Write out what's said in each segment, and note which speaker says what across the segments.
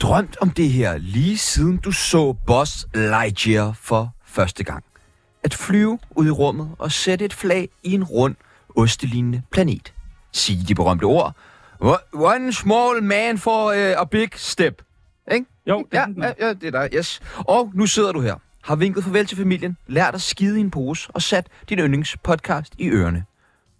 Speaker 1: drømt om det her lige siden du så Buzz Lightyear for første gang. At flyve ud i rummet og sætte et flag i en rund, ostelignende planet. Sig de berømte ord. "O- One small man for øh, a big step. Ikke?
Speaker 2: Jo, det er
Speaker 1: ja,
Speaker 2: den der.
Speaker 1: ja, ja, det er dig, yes. Og nu sidder du her, har vinket farvel til familien, lært at skide i en pose og sat din yndlingspodcast i ørerne.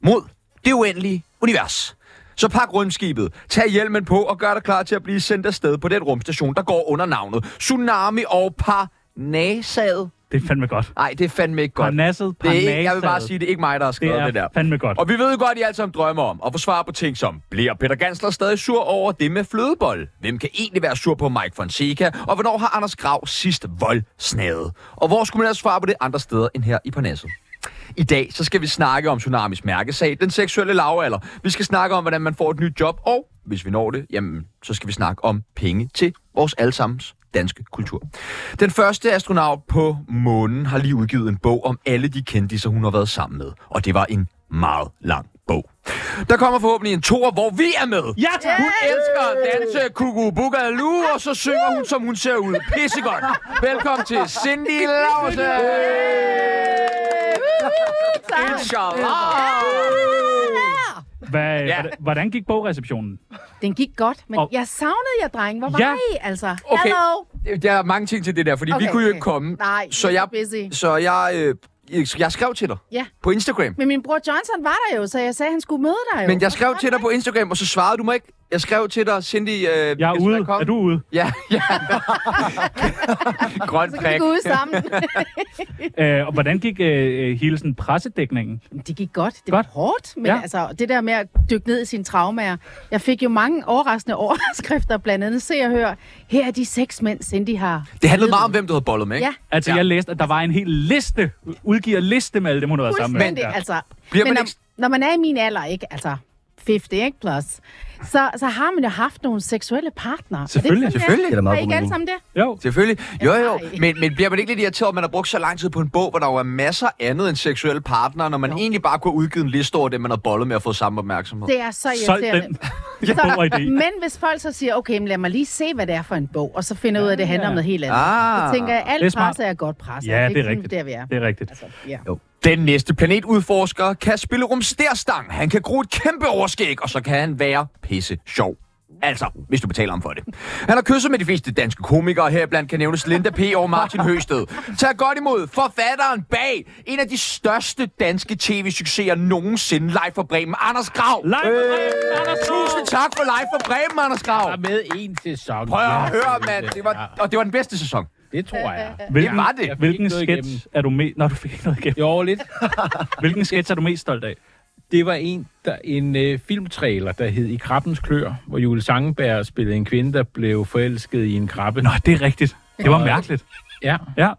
Speaker 1: Mod det uendelige univers. Så pak rumskibet, tag hjelmen på og gør dig klar til at blive sendt afsted på den rumstation, der går under navnet Tsunami og Parnasset.
Speaker 2: Det er fandme godt.
Speaker 1: Nej, det er fandme ikke godt.
Speaker 2: Parnasset,
Speaker 1: det er ikke, jeg vil bare
Speaker 2: Parnasset.
Speaker 1: sige, det er ikke mig, der har
Speaker 2: Det
Speaker 1: skrevet det,
Speaker 2: er
Speaker 1: det der.
Speaker 2: fandme godt.
Speaker 1: Og vi ved jo godt, at I alle sammen drømmer om at få svar på ting som, bliver Peter Gansler stadig sur over det med flødebold? Hvem kan egentlig være sur på Mike Fonseca? Og hvornår har Anders Grav sidst voldsnade? Og hvor skulle man ellers svare på det andre steder end her i Parnasset? I dag så skal vi snakke om Tsunamis mærkesag, den seksuelle lavalder. Vi skal snakke om, hvordan man får et nyt job, og hvis vi når det, jamen, så skal vi snakke om penge til vores allesammens danske kultur. Den første astronaut på månen har lige udgivet en bog om alle de kendte, hun har været sammen med. Og det var en meget lang bog. Der kommer forhåbentlig en tour, hvor vi er med.
Speaker 2: Ja, tak!
Speaker 1: Hun elsker at danse kukubugalu, og så synger hun, som hun ser ud. Pissegodt. Velkommen til Cindy Lause. Inshallah.
Speaker 2: Hvad,
Speaker 1: Ja.
Speaker 2: hvordan, hvordan gik bogreceptionen?
Speaker 3: Den gik godt, men
Speaker 2: Og-
Speaker 3: og... jeg savnede jer, dreng. Hvor var
Speaker 2: Ja.
Speaker 3: I, altså?
Speaker 1: Okay.
Speaker 3: Hello?
Speaker 1: Der er mange ting til det der, fordi okay, vi
Speaker 3: Okay,
Speaker 1: kunne jo
Speaker 3: okay.
Speaker 1: ikke komme.
Speaker 3: Nej,
Speaker 1: så
Speaker 3: vi
Speaker 1: jeg,
Speaker 3: er busy.
Speaker 1: så jeg, øh, jeg, jeg skrev til dig
Speaker 3: Ja.
Speaker 1: på Instagram.
Speaker 3: Men min bror Johnson var der jo, så jeg sagde, at han skulle møde dig jo.
Speaker 1: Men jeg skrev til dig på Instagram, og så svarede du mig ikke. Jeg skrev til dig, Cindy... Øh,
Speaker 2: Jeg er ude. Er du ude?
Speaker 1: Ja, ja. Grøn
Speaker 3: Så kan vi
Speaker 1: prik.
Speaker 3: gå ud sammen.
Speaker 2: Øh, og hvordan gik øh, øh, hele sådan pressedækningen?
Speaker 3: det gik godt. Det
Speaker 2: Godt.
Speaker 3: var hårdt, men
Speaker 2: Ja.
Speaker 3: ja. altså, det der med at dykke ned i sine traumer. Jeg fik jo mange overraskende overskrifter, blandt andet se og hør. Her er de seks mænd, Cindy har.
Speaker 1: Det handlede meget om, hvem du havde bollet med, ikke?
Speaker 3: Ja,
Speaker 2: Altså,
Speaker 1: Ja.
Speaker 2: ja. jeg læste, at der var en hel liste, udgiver liste med alle dem, hun har været sammen med.
Speaker 3: fuldstændig. Altså,
Speaker 1: Bliver
Speaker 3: men
Speaker 1: man
Speaker 3: når,
Speaker 1: ikke-
Speaker 3: når man er i min alder, ikke? Altså, 50, ikke plus, så, så har man jo haft nogle seksuelle partnere.
Speaker 2: Selvfølgelig,
Speaker 3: er det sådan,
Speaker 1: selvfølgelig.
Speaker 3: Det
Speaker 1: Det
Speaker 3: er,
Speaker 1: er
Speaker 3: er, er
Speaker 4: da meget
Speaker 3: I ikke
Speaker 4: god
Speaker 3: alle
Speaker 4: mening.
Speaker 3: sammen det?
Speaker 2: Jo,
Speaker 1: Selvfølgelig. Jo, jo.
Speaker 3: Nej.
Speaker 1: Men, men bliver man ikke lidt irriteret, at man har brugt så lang tid på en bog, hvor der jo er masser andet end seksuelle partnere, når man jo. egentlig bare kunne udgive en liste over det, man har bollet med at få samme opmærksomhed?
Speaker 3: Det er så
Speaker 2: solg
Speaker 3: irriterende.
Speaker 2: den. Jeg bruger idé.
Speaker 3: Men hvis folk så siger, okay, men lad mig lige se, hvad det er for en bog, og så finder ud af, at det handler om noget helt andet.
Speaker 1: Ah.
Speaker 3: så tænker jeg,
Speaker 2: Det er
Speaker 3: alt
Speaker 2: smart.
Speaker 3: pres er godt pres.
Speaker 2: Ja, det er
Speaker 3: sådan,
Speaker 2: rigtigt.
Speaker 3: Der vi er.
Speaker 2: Det er rigtigt.
Speaker 3: Altså, ja.
Speaker 1: Den næste planetudforsker kan spille rumsterstang. Han kan gro et kæmpe overskæg, og så kan han være pisse sjov. Altså, hvis du betaler ham for det. Han har kysset med de fleste danske komikere, heriblandt kan nævnes Linda P. og Martin Høsted. Tag godt imod forfatteren bag en af de største danske tv-succeser nogensinde, live fra Bremen, Anders Grav.
Speaker 2: Live fra Bremen, Anders Grav.
Speaker 1: Tusind tak for live fra Bremen, Anders Grav.
Speaker 5: var med en sæson.
Speaker 1: Prøv
Speaker 5: Ja,
Speaker 1: at høre,
Speaker 5: det-
Speaker 1: mand. Det var,
Speaker 5: ja,
Speaker 1: og det var den bedste sæson.
Speaker 5: det tror jeg.
Speaker 2: Hvilken,
Speaker 1: var det. Jeg
Speaker 5: fik
Speaker 2: Hvilken
Speaker 5: noget igennem.
Speaker 2: sketch er du mest... Nå, du fik ikke noget igennem.
Speaker 5: Jo, lidt.
Speaker 2: Hvilken sketch er du mest stolt af?
Speaker 5: Det var en, der, en øh, filmtrailer, der hed I Krabbens Klør, hvor Jule Sangenberg spillede en kvinde, der blev forelsket i en krabbe.
Speaker 2: Nå, det er rigtigt. Det var mærkeligt.
Speaker 5: Ja,
Speaker 2: Ja.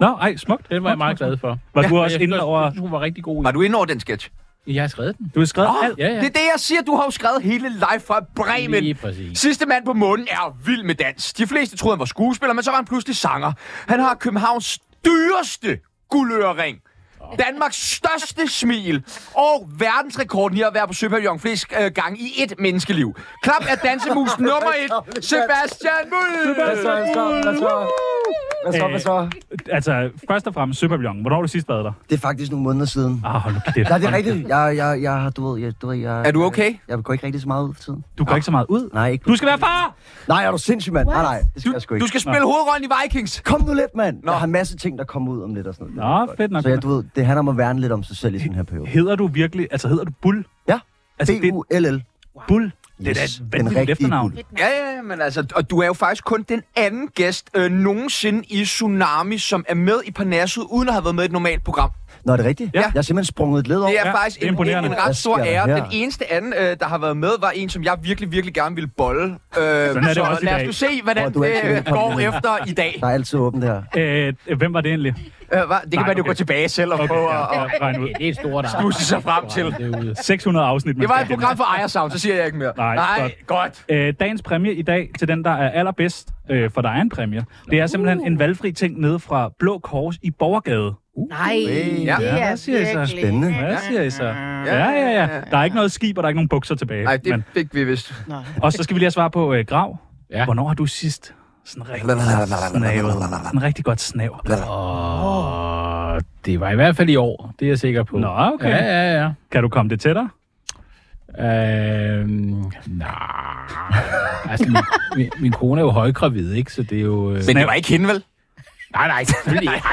Speaker 2: Nå, ej, smukt.
Speaker 5: den var jeg meget glad for.
Speaker 2: Var du også
Speaker 5: Jeg
Speaker 2: inde
Speaker 5: synes
Speaker 2: over...
Speaker 5: Hun var rigtig god
Speaker 1: Var du inde over den sketch?
Speaker 5: i. Jeg har skrevet den.
Speaker 2: Du har skrevet alt.
Speaker 5: Ah, Ja, ja.
Speaker 1: Det er det, jeg siger. Du har jo skrevet hele live fra Bremen.
Speaker 5: Lige præcis.
Speaker 1: Sidste mand på månen er vild med dans. De fleste troede, han var skuespiller, men så var han pludselig sanger. Han har Københavns dyreste guldørering.
Speaker 5: Ah.
Speaker 1: Danmarks største smil og verdensrekorden i at være på Søpavillon flest øh, gange i et menneskeliv. Klap af dansemus nummer et, Sebastian Muhl.
Speaker 4: Hvad så, hvad så, hvad så? Hvad så, hvad så?
Speaker 2: Altså, først og fremmest, Søpavillon. Hvornår har du sidst været der?
Speaker 4: Det er faktisk nogle måneder siden.
Speaker 2: Ah, hold nu kæft.
Speaker 4: Nej, det er rigtigt. Jeg, jeg, jeg har, du ved, jeg, du ved, jeg...
Speaker 1: Er du okay?
Speaker 4: Jeg, jeg går ikke rigtig så meget ud for tiden.
Speaker 2: Du går ikke så meget ud.
Speaker 4: Nej, ikke.
Speaker 2: Du skal være far!
Speaker 4: Nej, er du sindssyg, mand? Nej,
Speaker 3: What?
Speaker 4: nej, det skal jeg sgu
Speaker 1: Du
Speaker 4: ikke.
Speaker 1: skal spille hovedrollen i Vikings.
Speaker 4: Kom nu lidt, mand.
Speaker 1: Nå.
Speaker 4: Jeg har en masse ting, der kommer ud om lidt og sådan noget.
Speaker 2: Nå, fedt nok.
Speaker 4: Så jeg, du ved, det handler om at værne lidt om sig selv i den her periode.
Speaker 2: Hedder du virkelig... Altså, hedder du Bull?
Speaker 4: Ja,
Speaker 2: Altså, det er
Speaker 4: B-U-L-L.
Speaker 2: Bull. Det er da
Speaker 4: Yes,
Speaker 2: et
Speaker 4: den
Speaker 2: vanvittigt
Speaker 4: rigtige
Speaker 2: efternavn.
Speaker 4: Bull.
Speaker 1: Ja, ja, ja, men altså, og du er jo faktisk kun den anden gæst øh, nogensinde i Tsunami, som er med i Parnasset, uden at have været med i et normalt program.
Speaker 4: Nå, er det rigtigt?
Speaker 2: Ja.
Speaker 4: Jeg har simpelthen sprunget et led over.
Speaker 1: Det er
Speaker 2: Ja,
Speaker 1: ja, faktisk
Speaker 2: det
Speaker 1: en,
Speaker 2: er
Speaker 1: en,
Speaker 2: imponerende.
Speaker 1: en
Speaker 4: Hvad
Speaker 1: ret
Speaker 4: sker
Speaker 1: stor
Speaker 4: der
Speaker 1: ære.
Speaker 4: her?
Speaker 1: Den eneste anden, øh, der har været med, var en, som jeg virkelig, virkelig gerne ville bolle. Øh, Sådan
Speaker 2: er det også i
Speaker 1: lad os
Speaker 2: dag.
Speaker 1: nu se, hvordan
Speaker 4: Åh, du er
Speaker 1: det
Speaker 4: ikke
Speaker 1: øh,
Speaker 4: velkommen.
Speaker 1: går efter i dag.
Speaker 4: Der er altid åbent her.
Speaker 2: Øh, hvem var det egentlig?
Speaker 1: Øh, hva? det kan
Speaker 2: Nej,
Speaker 1: man jo
Speaker 2: okay.
Speaker 1: gå tilbage selv og prøve at...
Speaker 2: ja,
Speaker 1: og-
Speaker 2: og regn ud.
Speaker 5: Det er et stort arbejde.
Speaker 1: Snuse sig frem til.
Speaker 5: Derude.
Speaker 2: 600 afsnit, man
Speaker 1: Det var et
Speaker 2: skal
Speaker 1: program for Ejersound, så siger jeg ikke mere.
Speaker 2: Nej,
Speaker 1: godt. godt.
Speaker 2: Øh, dagens præmie i dag til den, der er allerbedst, øh, for der er en præmie, det er simpelthen
Speaker 4: Uh.
Speaker 2: en valgfri ting nede fra Blå Kors i Borgergade.
Speaker 3: Nej,
Speaker 1: Ja,
Speaker 3: det er
Speaker 2: hvad siger I så?
Speaker 3: virkelig.
Speaker 4: Spændende.
Speaker 2: Hvad siger I så? Ja, ja, ja. Der er ikke noget skib, og der er ikke nogen bukser tilbage.
Speaker 1: Nej, det
Speaker 2: Men,
Speaker 1: fik vi vist.
Speaker 3: Nå.
Speaker 2: og så skal vi lige have svar på øh, grav.
Speaker 5: Ja.
Speaker 2: Hvornår har du sidst sådan rigtig, snavet, sådan rigtig godt snav?
Speaker 5: Og det var i hvert fald i år, det er jeg sikker på.
Speaker 2: Nå, okay.
Speaker 5: Ja, ja, ja.
Speaker 2: Kan du komme det tættere?
Speaker 5: Øhm, nej. Altså, min, min, min kone er jo højgravid, ikke? Så det er jo... Øh,
Speaker 1: Men det var ikke hende, vel?
Speaker 5: nej, nej, selvfølgelig ikke.